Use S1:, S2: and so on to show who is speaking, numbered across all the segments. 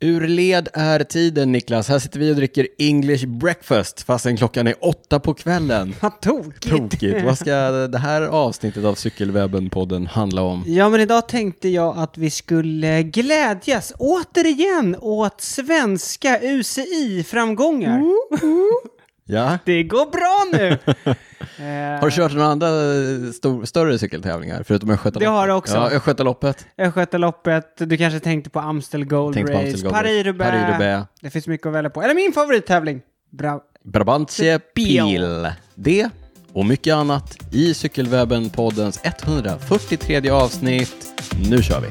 S1: Ur led är tiden Niklas. Här sitter vi och dricker English breakfast fastän klockan är åtta på kvällen.
S2: Vad tokigt.
S1: Tokigt. Vad ska det här avsnittet av Cykelwebben-podden handla om?
S2: Ja, men idag tänkte jag att vi skulle glädjas återigen åt svenska UCI-framgångar.
S1: Ja?
S2: Det går bra nu! eh,
S1: Har du kört några andra eh, stor, större cykeltävlingar förutom Östgötaloppet?
S2: Det har jag också.
S1: Ja, Östgötaloppet.
S2: Östgötaloppet, du kanske tänkte på Amstel Gold
S1: Tänkte på Amstel
S2: Race,
S1: Gold
S2: Paris-Roubaix.
S1: Race, Paris-Roubaix.
S2: Det finns mycket att välja på. Eller min favorittävling! Bra.
S1: Brabantia
S2: Peel.
S1: Pil. Det och mycket annat i Cykelwebben-poddens 143 avsnitt. Nu kör vi!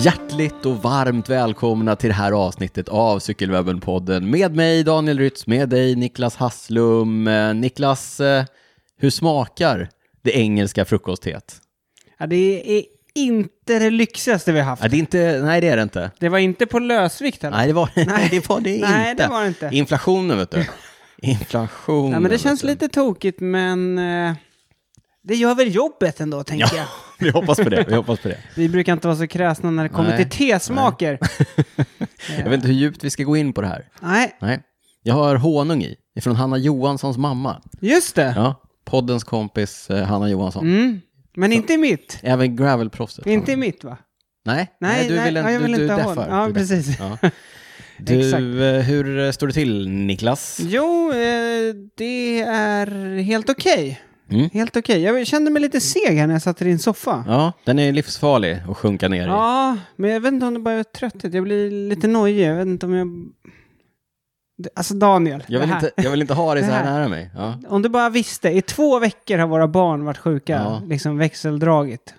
S1: Hjärtligt och varmt välkomna till det här avsnittet av Cykelwebben-podden med mig Daniel Rytz, med dig Niklas Hasslum. Eh, Niklas, eh, hur smakar det engelska frukostteet?
S2: Ja, det är inte det lyxigaste vi har haft.
S1: Nej, det är inte, nej, det är det inte.
S2: Det var inte på lösvikt heller.
S1: Nej, det var, nej, det, var det
S2: Nej,
S1: inte.
S2: det var det inte.
S1: Inflationen, vet du. Inflationen.
S2: Ja, men det
S1: vet
S2: känns
S1: du.
S2: lite tokigt, men eh, det gör väl jobbet ändå, tänker
S1: Ja,
S2: jag.
S1: vi hoppas på det. Vi hoppas på det.
S2: Vi brukar inte vara så kräsna när det kommer
S1: Nej,
S2: till tesmaker.
S1: Jag vet inte hur djupt vi ska gå in på det här.
S2: Nej,
S1: Nej. Jag har honung i, ifrån Hanna Johanssons mamma.
S2: just det.
S1: Ja, poddens kompis eh, Hanna Johansson.
S2: Mm. Men inte i mitt.
S1: Även gravelproffset.
S2: Inte i mitt, va?
S1: Nej,
S2: Nej,
S1: nej, du
S2: nej,
S1: vill, en,
S2: ja, jag vill
S1: du,
S2: inte
S1: du
S2: ha
S1: deffar.
S2: hon. Ja,
S1: du deffar.
S2: precis.
S1: Ja.
S2: Exakt.
S1: Du, eh, hur eh, står det till Niklas?
S2: Jo, eh, det är helt okej.
S1: Mm.
S2: Helt okej. Jag kände mig lite seg här när jag satt i din soffa. Ja.
S1: Ja, den är livsfarlig att sjunka ner i.
S2: men jag vet inte om det bara är trötthet. Jag blir lite nojig. Jag vet inte om jag... Det- Alltså Daniel,
S1: Jag vill,
S2: det här.
S1: inte, jag vill inte ha dig så här
S2: Det här.
S1: nära mig. Ja.
S2: om du bara visste. I två veckor har våra barn varit sjuka,
S1: Ja.
S2: liksom växeldragit.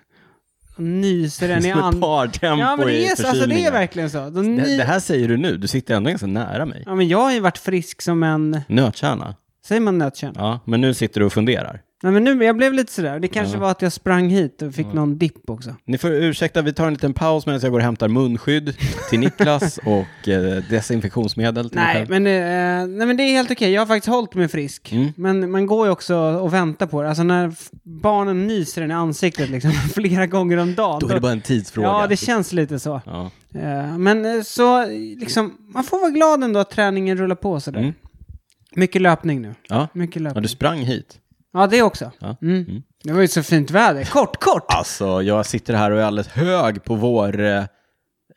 S2: Och nyser den i
S1: Som ett
S2: andra.
S1: partempo
S2: Ja, men det
S1: i
S2: är, så- alltså, det är
S1: förkylningar.
S2: verkligen så. De
S1: det,
S2: ny...
S1: det här säger du nu, du sitter ändå ganska nära mig.
S2: Ja, men jag har ju varit frisk som en,
S1: Nötkärna.
S2: säger man nötkärna?
S1: Ja, men nu sitter du och funderar.
S2: Nej, men nu, jag blev lite sådär. Det kanske var att jag sprang hit och fick någon dipp också.
S1: Ni får ursäkta, vi tar en liten paus medan jag går och hämtar munskydd till Niklas och eh, desinfektionsmedel till mig
S2: Nej
S1: själv.
S2: men, eh, nej, men det är helt okej. Jag har faktiskt hållit mig frisk.
S1: Mm.
S2: Men man går ju också och väntar på det. Alltså när f- barnen nyser den i ansiktet liksom, flera gånger om dagen.
S1: Då är det bara en tidsfråga.
S2: alltså- Ja, det känns lite så.
S1: Ja.
S2: Eh, Men eh, så, eh, liksom, man får vara glad ändå att träningen rullar på sådär.
S1: Mm.
S2: Mycket löpning nu.
S1: Ja.
S2: Mycket
S1: ja,
S2: löpning.
S1: du sprang hit.
S2: Ja, det också.
S1: Ja.
S2: Mm. Det var ju så fint väder. Kort, kort!
S1: Alltså, jag sitter här och är alldeles hög på vår eh,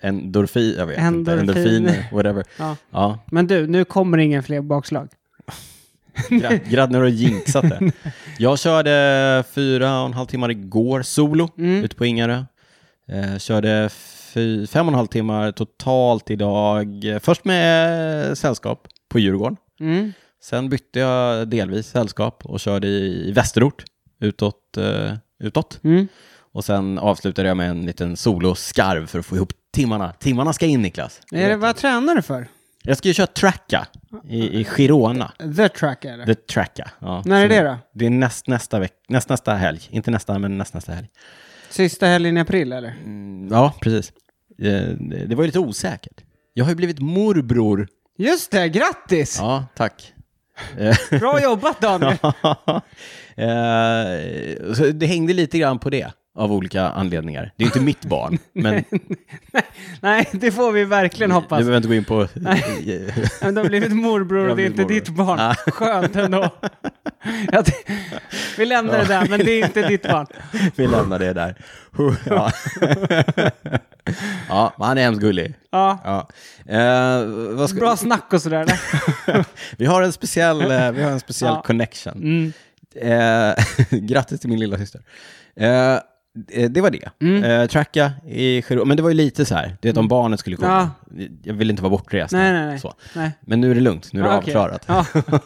S1: endorfin, jag vet
S2: Endorfin.
S1: inte, endorfin, whatever.
S2: Ja.
S1: Ja,
S2: Men du, nu kommer det ingen fler bakslag.
S1: gra- gradd när du har jinxat det. Jag körde fyra och en halv timmar igår solo ute på Ingarö. Eh, körde fy- fem och en halv timmar totalt idag. Eh, Först med eh, sällskap på Djurgården.
S2: Mm.
S1: Sen bytte jag delvis sällskap och körde i, i västerort utåt. Eh, utåt.
S2: Mm.
S1: Och sen avslutade jag med en liten soloskarv för att få ihop timmarna. Timmarna ska in Niklas.
S2: Är det, vad tränar du för?
S1: Jag ska ju köra Tracka i, i Girona.
S2: The track är det. Mm.
S1: The Tracka. Ja.
S2: När är
S1: Så
S2: det då?
S1: Det är näst, nästa, veck, näst, nästa helg. Inte nästa, men näst, nästa helg.
S2: Sista helgen i april eller?
S1: Mm, ja, precis. Eh, Det det var ju lite osäkert. Jag har ju blivit morbror.
S2: Just det, grattis!
S1: Ja, tack. Eh,
S2: Bra jobbat Daniel!
S1: Eh, så det hängde lite grann på det, av olika anledningar. Det är inte mitt barn, men
S2: Nej, det får vi verkligen
S1: du
S2: hoppas.
S1: behöver inte gå in på...
S2: Men det har blivit morbror
S1: Jag
S2: och det är
S1: blir
S2: inte
S1: morbror.
S2: ditt barn.
S1: Ah.
S2: Skönt ändå. Jag t- vi lämnar det där, men det är inte ditt barn.
S1: Vi lämnar det där. ja. ja, men han är hemskt gullig.
S2: Ja,
S1: Ja. Eh, vad ska...
S2: bra snack och sådär.
S1: vi har en speciell, eh, vi har en speciell
S2: Ja.
S1: connection.
S2: Mm.
S1: Eh, grattis till min lilla syster. Eh, eh, det var det.
S2: Mm.
S1: Eh, tracka i Giro- Men det var ju lite så här, det är att om barnet skulle komma. Jag ville inte vara bortrest.
S2: Nej, nej, nej.
S1: Så.
S2: Nej.
S1: Men nu är det lugnt, nu är det
S2: Ja, okej.
S1: avklarat.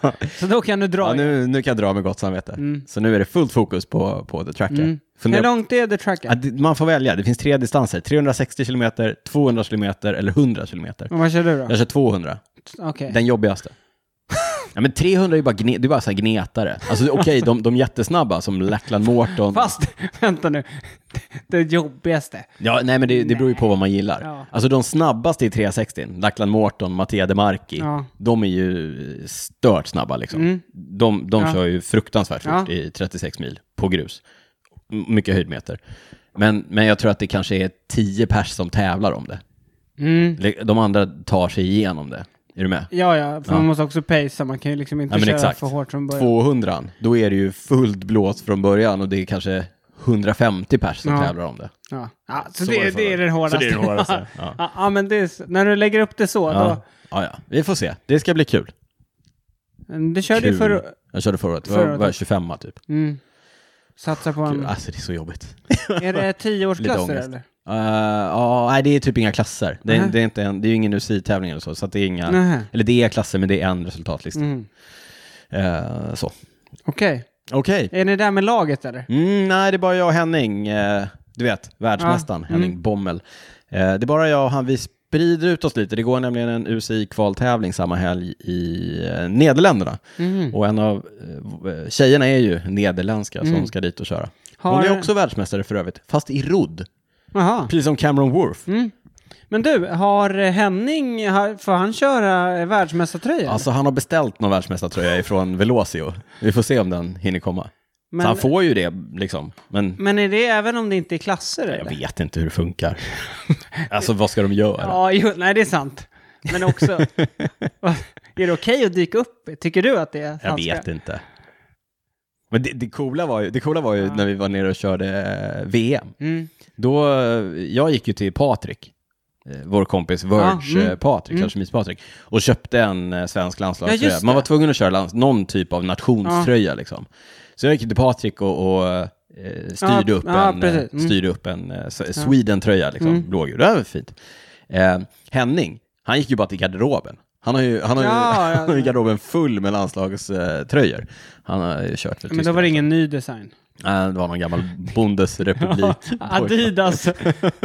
S2: Ja. Så då kan du dra.
S1: Ja,
S2: igen.
S1: nu, nu kan jag dra med gott samvete. Så nu är det fullt fokus på, på The Tracker.
S2: Mm. Hur
S1: Fundera-
S2: långt är det
S1: Ja,
S2: tracken?
S1: det- man får välja, det finns tre distanser. 360 km, 200 km eller 100 km.
S2: Och vad kör du då?
S1: Jag kör 200,
S2: Okej.
S1: den jobbigaste. Ja, men 300 är ju bara, gne, det är bara så här gnetare. Alltså okej, de, de jättesnabba som Lackland Morton.
S2: Fast, vänta nu, det, det jobbigaste.
S1: Ja, nej men det, det beror ju på vad man gillar.
S2: Ja.
S1: Alltså de snabbaste i 360, Lackland Morton, Mattia DeMarchi,
S2: Ja. Mm.
S1: de är ju stört snabba liksom. De, de
S2: Ja.
S1: kör ju fruktansvärt fort
S2: Ja.
S1: i 36 mil på grus. M- Mycket höjdmeter. Men, men jag tror att det kanske är 10 pers som tävlar om det.
S2: Mm.
S1: Le- De andra tar sig igenom det. Är du med?
S2: Ja, ja, för
S1: Ja.
S2: man måste också pacea. Man kan ju liksom inte
S1: Ja, men
S2: köra
S1: exakt.
S2: för hårt från början.
S1: 200, då är det ju fullt blås från början och det är kanske 150 pers som
S2: Ja.
S1: tävlar om det.
S2: Ja. Ja, så,
S1: Så var det
S2: det, det,
S1: förr.
S2: är den hårdaste.
S1: Så det är den hårdaste, ja.
S2: Ja. Ja, men det är, s- när du lägger upp det så,
S1: Ja. Ja, ja. Vi får se. Det ska bli kul.
S2: då... Det Mm, körde
S1: kul.
S2: ju för...
S1: Jag körde förra året. Det
S2: förra
S1: var,
S2: året.
S1: var 25 typ.
S2: Mm. Satsa på
S1: Gud,
S2: en...
S1: alltså det är så jobbigt.
S2: Är det tioårsklasser
S1: ångest.
S2: eller?
S1: Uh, ja, nej, det är typ inga klasser. Det är,
S2: Nej.
S1: det är, inte en, det är ju ingen UCI-tävling eller så. så att det är inga,
S2: Nej.
S1: eller det är klasser, men det är en resultatlista.
S2: Mm.
S1: Eh, så.
S2: Okej.
S1: Okej.
S2: Är ni där med laget eller?
S1: Mm, nej, det är bara jag och Henning. eh, du vet, världsmästaren
S2: Ja, Mm.
S1: Henning Bommel. Eh, det är bara jag och han. Vi sprider ut oss lite. Det går nämligen en UCI-kvaltävling samma helg i eh, Nederländerna.
S2: Mhm.
S1: Och en av eh, tjejerna är ju nederländska som
S2: Mm.
S1: ska dit och köra. Hon
S2: Har-
S1: är också världsmästare för övrigt, fast i rodd.
S2: Jaha.
S1: Precis som Cameron Worth.
S2: Mm. Men du, har Henning, har- får han köra eh, världsmästartröja? eller?
S1: Alltså han har beställt någon världsmästartröja ifrån Velocio. Vi får se om den hinner komma.
S2: men, Mm.
S1: Så han får ju det liksom. Men
S2: men är det även om det inte är klasser
S1: jag
S2: eller?
S1: vet inte hur det funkar. alltså vad ska de göra?
S2: Ja, jo, nej det är sant. Men också, vad- är det okej att dyka upp? Tycker du att det är
S1: jag vet inte. Men det, det coola var ju, det coola var ju när vi var nere och körde eh, VM.
S2: Mm.
S1: Då, eh, jag gick ju till Patrik, eh, vår kompis Verge
S2: Ja, mm.
S1: eh, Patrik, mm. Patrik, och köpte en eh, svensk
S2: Ja,
S1: landslagströja.
S2: just det.
S1: Man var tvungen att köra lands, någon typ av nationströja liksom. Så jag gick till Patrik och, och eh, styrde,
S2: Ja,
S1: upp
S2: ja,
S1: en,
S2: precis.
S1: eh,
S2: Mm.
S1: styrde upp en eh, s- Sweden-tröja, liksom, blågul. Det var fint. Eh, Henning, han gick ju bara till garderoben. Han har ju, han har ju,
S2: Ja, ja,
S1: han har ju
S2: ja.
S1: garderoben full med landslagströjor. Han har ju kört för
S2: Men då var det ingen ny design.
S1: Nej, det var någon gammal Bundesrepublik.
S2: Adidas,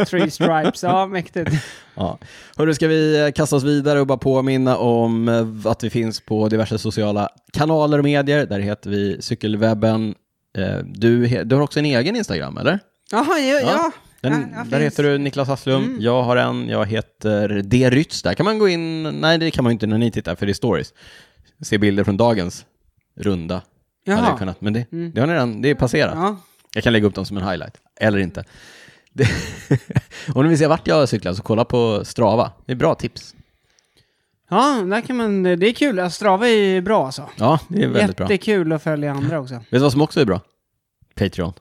S2: three stripes, ja mäktigt.
S1: Ja. Hörru, ska vi eh, kasta oss vidare och bara påminna om eh, att vi finns på diverse sociala kanaler och medier. Där heter vi Cykelwebben. Eh, Du, he- du har också en egen Instagram, eller?
S2: Jaha, ja. ja.
S1: Den,
S2: Ja, jag
S1: där
S2: finns. Mm.
S1: heter du Niklas Hasslum. Jag har en, jag heter D. Rytz. Där kan man gå in, nej det kan man ju inte när ni tittar, för det är stories. Se bilder från dagens runda.
S2: Jaha. Mm.
S1: Hade jag kunnat, men det, det har ni redan, det är passerat.
S2: Ja.
S1: Jag kan lägga upp dem som en highlight, eller inte. Det, om ni vill se vart jag cyklar så kolla på Strava. Det är bra tips.
S2: ja, där kan man, det är kul. Strava är ju bra alltså.
S1: Ja, det är väldigt bra. Vet
S2: Jättekul att följa andra också.
S1: du vad som också är bra? Patreon.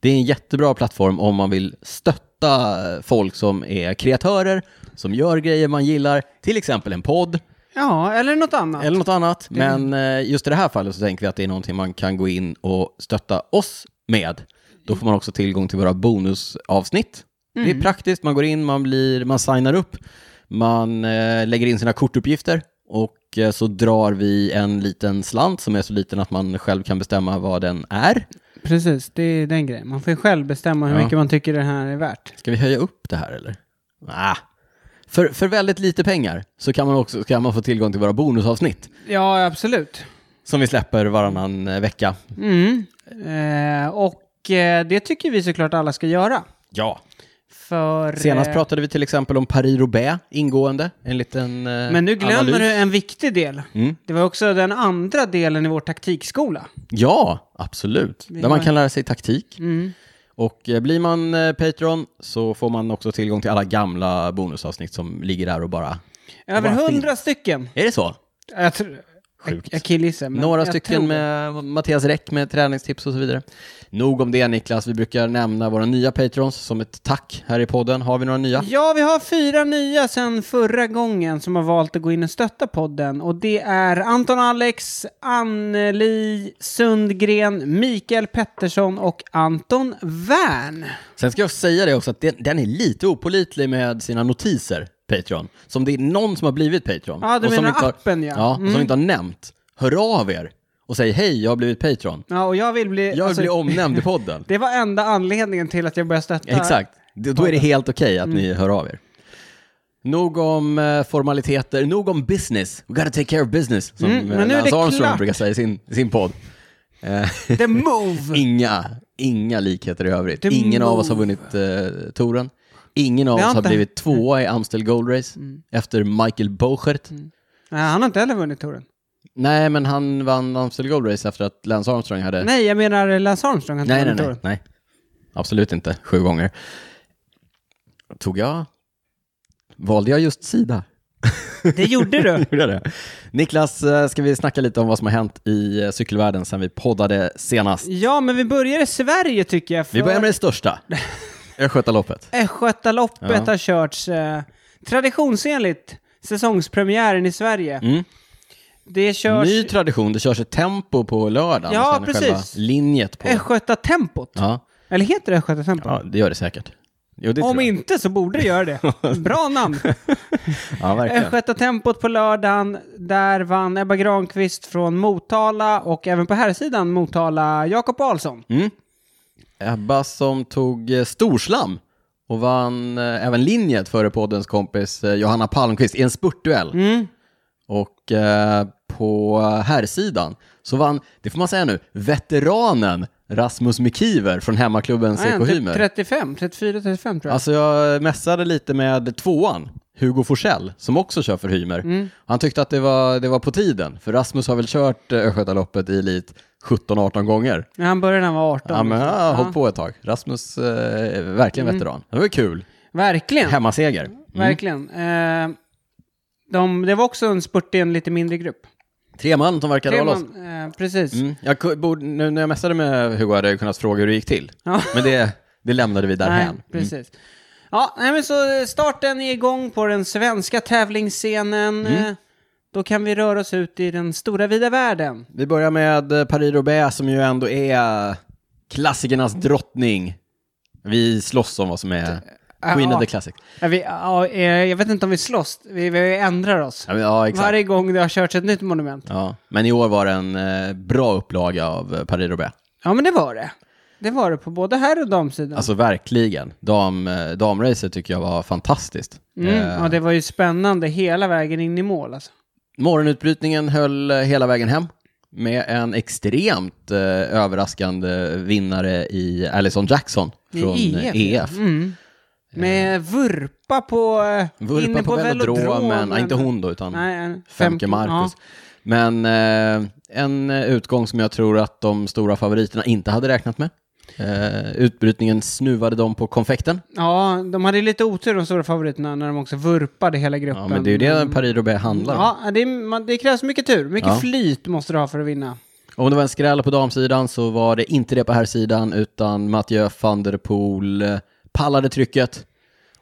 S1: Det är en jättebra plattform om man vill stötta folk som är kreatörer, som gör grejer man gillar, till exempel en podd
S2: Ja, eller något annat.
S1: eller något annat. Men eh, just i det här fallet så tänker vi att det är någonting man kan gå in och stötta oss med. Då får man också tillgång till våra bonusavsnitt. Det är praktiskt, man går in, man, blir, man signar upp, man eh, lägger in sina kortuppgifter och eh, så drar vi en liten slant som är så liten att man själv kan bestämma vad den är.
S2: Precis, det är den grejen. Man får ju själv bestämma hur
S1: Ja.
S2: mycket man tycker det här är värt.
S1: Ska vi höja upp det här eller? Ah. För, för väldigt lite pengar så kan man också kan man få tillgång till våra bonusavsnitt
S2: Ja, absolut.
S1: som vi släpper varannan eh, vecka.
S2: Mm. Eh, och eh, det tycker vi såklart alla ska göra.
S1: Ja,
S2: För,
S1: Senast
S2: eh,
S1: pratade vi till exempel om Paris-Roubaix ingående, en liten eh,
S2: Men nu glömmer
S1: analys.
S2: du en viktig del.
S1: Mm.
S2: Det var också den andra delen i vår taktikskola.
S1: Ja, absolut. Där man
S2: har-
S1: kan lära sig taktik.
S2: Mm.
S1: Och eh, blir man eh, Patreon så får man också tillgång till alla gamla bonusavsnitt som ligger där och bara...
S2: Över
S1: Vad fint.
S2: hundra stycken.
S1: Är det så?
S2: Jag, tror-
S1: Sjukt.
S2: jag killgissar. men
S1: Några
S2: jag tror-
S1: stycken med Mattias Räck med träningstips och så vidare. Nog om det Niklas, vi brukar nämna våra nya Patrons som ett tack här i podden. Har vi några nya?
S2: Ja, vi har fyra nya sen förra gången som har valt att gå in och stötta podden. Och det är Anton Alex, Anneli Sundgren, Mikael Pettersson och Anton Wern.
S1: Sen ska jag säga det också att den, den är lite opolitlig med sina notiser, Patreon. Som det är någon som har blivit Patreon.
S2: Ja, du
S1: och som
S2: menar
S1: inte har,
S2: appen, ja.
S1: Ja, och som
S2: Mm.
S1: inte har nämnt. Hör av er och säg hej, jag har blivit Patreon.
S2: Ja, och jag vill bli...
S1: Jag vill
S2: alltså,
S1: bli omnämnd i podden.
S2: Det var enda anledningen till att jag började stötta. Mm.
S1: Exakt. Det- Då är det helt okej att ni hör av er. Nog om eh, formaliteter, nog om business. We gotta take care of business, som
S2: Mm, men
S1: eh,
S2: nu är
S1: Lance
S2: det
S1: Armstrong
S2: klart.
S1: brukar säga i sin, i sin podd. Eh,
S2: The move!
S1: inga, inga likheter i övrigt.
S2: Det är
S1: Ingen av oss har
S2: move.
S1: vunnit eh, touren. Ingen av
S2: Det har
S1: oss har
S2: inte- Mm.
S1: blivit tvåa i Amstel Gold Race efter Michael Bochert.
S2: Nej, han har inte heller vunnit touren.
S1: Nej, men han vann Amstel Gold Race efter att Lance Armstrong hade...
S2: Nej, jag menar Lance Armstrong har inte
S1: nej, nej,
S2: vunnit
S1: nej,
S2: touren.
S1: nej. Absolut inte. Sju gånger. Tog jag... Valde jag just sida?
S2: Det gjorde du.
S1: Gjorde jag det? Niklas, eh, ska vi snacka lite om vad som har hänt i eh, cykelvärlden sedan vi poddade senast?
S2: Ja, men vi börjar i Sverige tycker jag. För
S1: Vi börjar med det största. Östgötaloppet.
S2: Östgötaloppet
S1: Ja.
S2: har körts eh, traditionsenligt. Säsongspremiären i Sverige.
S1: Mm.
S2: Det körs
S1: Ny tradition, det körs ett tempo på lördagen.
S2: Ja,
S1: och sen
S2: precis.
S1: Själva linjet på...
S2: Östgötatempot.
S1: Ja.
S2: Eller heter det Östgötatempot?
S1: ja, det gör det säkert. Jo, det
S2: Om
S1: tror jag.
S2: inte så borde det göra det. Bra namn!
S1: Ja, verkligen.
S2: Östgötatempot på lördagen. Där vann Ebba Granqvist från Motala och även på här sidan Motala Jakob Ahlsson.
S1: Mm. Ebba som tog eh, storslam och vann eh, även linjet före poddens kompis eh, Johanna Palmqvist i en spurtduell.
S2: Mm.
S1: Och eh, på herrsidan så vann, det får man säga nu, veteranen Rasmus Mikiver från hemmaklubben
S2: Ja,
S1: CK
S2: typ
S1: Hymer.
S2: 35, 34, 35 tror jag.
S1: Alltså jag mässade lite med tvåan, Hugo Forsell, som också kör för Hymer.
S2: Mm.
S1: Han tyckte att det var, det var på tiden, för Rasmus har väl kört eh, Östgötaloppet i elit 17-18 gånger.
S2: Ja, han började när han var 18.
S1: Ja, men jag har
S2: Ja. Mm.
S1: hållit på ett tag. Rasmus eh, är verkligen veteran. Det var kul.
S2: Verkligen,
S1: Hemmaseger.
S2: Mm.
S1: Mm.
S2: verkligen. Eh, de, det var också en spurt i en lite mindre grupp.
S1: Tre man som verkade
S2: Tre
S1: hålla oss.
S2: man, eh, precis.
S1: Mm. Jag ku- borde, nu när jag mässade med Hugo hade jag kunnat fråga hur det gick till.
S2: Ja.
S1: Men det, det lämnade vi
S2: Nej,
S1: därhän.
S2: precis. Ja, nej, men så eh, starten är igång på den svenska tävlingsscenen.
S1: Mm.
S2: Eh, Då kan vi röra oss ut i den stora vida världen.
S1: Vi börjar med eh, Paris-Roubaix som ju ändå är klassikernas drottning. Vi slåss om vad som är Queen
S2: Ja.
S1: of the Classic.
S2: Ja, vi, ja, eh, jag vet inte om vi slåss, vi, vi ändrar oss.
S1: Ja, men- ja exakt.
S2: Varje gång det har körts ett nytt monument.
S1: Ja. Men i år var det en eh, bra upplaga av eh, Paris-Roubaix.
S2: Ja, men det var det. Det var det på både herr och damsidan.
S1: Alltså verkligen. Dam, eh, damracet tycker jag var fantastiskt.
S2: mm.
S1: Eh,
S2: Ja, det var ju spännande hela vägen in i mål alltså.
S1: Morgonutbrytningen höll eh, hela vägen hem med en extremt eh, överraskande vinnare i Allison Jackson
S2: I E
S1: från eh, EF.
S2: ja. Mm. Med vurpa på... eh,
S1: Eh. Vurpa
S2: inne
S1: på, velodromen, ja, inte hon då utan
S2: Nej, en-
S1: Femke Marcus. Men eh, en eh, utgång som jag tror att de stora favoriterna inte hade räknat med. Eh, utbrytningen snuvade dem på konfekten.
S2: Ja. ja, de hade ju lite otur de stora favoriterna när de också vurpade hela gruppen.
S1: Ja, men det är ju det Paris-Roubaix handlar om.
S2: Ja, det, är, man, det krävs mycket tur. Mycket
S1: Ja.
S2: flyt måste du ha för att vinna.
S1: Om det var en skräll på damsidan så var det inte det på herrsidan utan Mathieu van der Poel eh, pallade trycket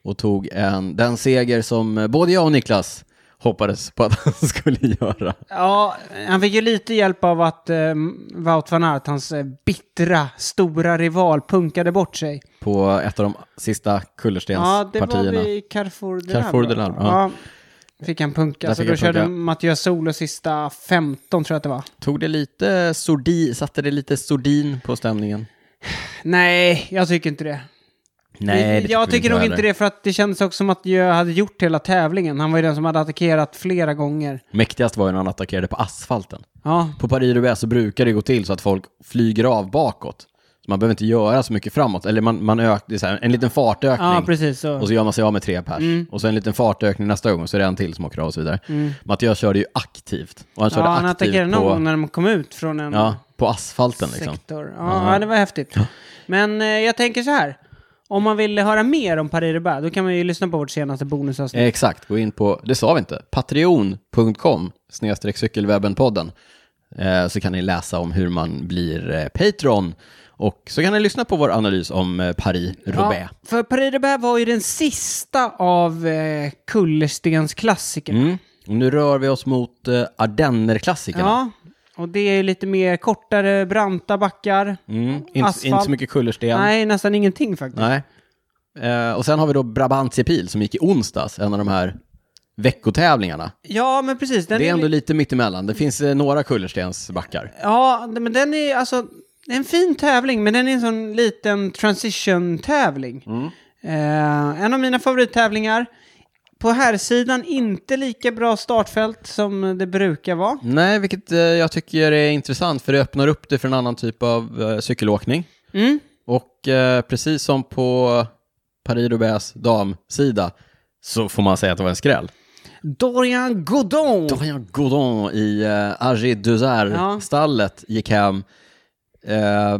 S1: och tog en, den seger som eh, både jag och Niklas hoppades på att han skulle göra.
S2: Ja, han fick ju lite hjälp av att eh, Wout van Aert, hans eh, bittra, stora rival, punkade bort sig.
S1: På ett av de sista
S2: Ja, det
S1: kullerstenspartierna.
S2: var vid Carrefour de
S1: Carrefour
S2: Lar,
S1: de
S2: va?
S1: Lar, ja.
S2: Fick han punka,
S1: Där
S2: så
S1: fick
S2: då
S1: han
S2: körde
S1: punka.
S2: Mattias Solo sista 15 tror jag att det var.
S1: Tog det lite sordi, satte det lite sordin på stämningen?
S2: Nej, jag tycker inte det. jag tycker nog inte det för att det kändes också som att Jö hade gjort hela tävlingen. Han var ju den som hade attackerat flera gånger.
S1: Mäktigast var ju när han attackerade på asfalten.
S2: Ja,
S1: På Paris-Roubaix så brukar det gå till så att folk flyger av bakåt. Så man behöver inte göra så mycket framåt. Eller man, man ök, det är så här, en liten fartökning.
S2: ja precis Mm. så.
S1: Och så gör man sig av med tre pers. Och så en liten fartökning nästa gång, så är det en till som åker av och så vidare. Mattias körde ju aktivt. Och han
S2: Mm. ja,
S1: körde
S2: han attackerade
S1: aktivt
S2: någon gång
S1: på,
S2: när de kom ut från en
S1: ja, på asfalten. Liksom.
S2: sektor. Ja, ja, det var häftigt. Men eh, jag tänker så här. Om man vill höra mer om Paris Roubaix, då kan man ju lyssna på vårt senaste bonusavsnitt.
S1: Eh, Exakt, gå in på, det sa vi inte, patreon.com snedstreck cykelwebben-podden. Eh, så kan ni läsa om hur man blir eh, Patreon. Och så kan ni lyssna på vår analys om eh, Paris-Roubaix.
S2: Ja, för Paris Roubaix var ju den sista av eh, kullerstensklassikerna.
S1: Mm. Och nu rör vi oss mot eh, Ardenner-klassikerna.
S2: Ja, och det är ju lite mer kortare, branta backar.
S1: Mm. Inte,
S2: Asfalt.
S1: inte så mycket kullersten.
S2: Nej, nästan ingenting faktiskt.
S1: Nej. Eh, och sen har vi då Brabantia Pil som gick i onsdags, en av de här veckotävlingarna.
S2: Ja, men precis. Den
S1: det är ändå
S2: li-
S1: lite mittemellan. Det finns eh, några kullerstensbackar.
S2: Ja, d- men den är alltså... Det är en fin tävling, men den är en sån
S1: Mm.
S2: liten transition-tävling. Eh, en av mina favorittävlingar. På här sidan inte lika bra startfält som det brukar vara.
S1: Nej, vilket eh, jag tycker är intressant för det öppnar upp det för en annan typ av eh, cykelåkning.
S2: Mm.
S1: Och eh, precis som på Paris roubaix damsida så får man säga att det var en skräll.
S2: Dorian Godon!
S1: Dorian Godon i eh, Argy
S2: Ja.
S1: Duzar-stallet gick hem. Eh,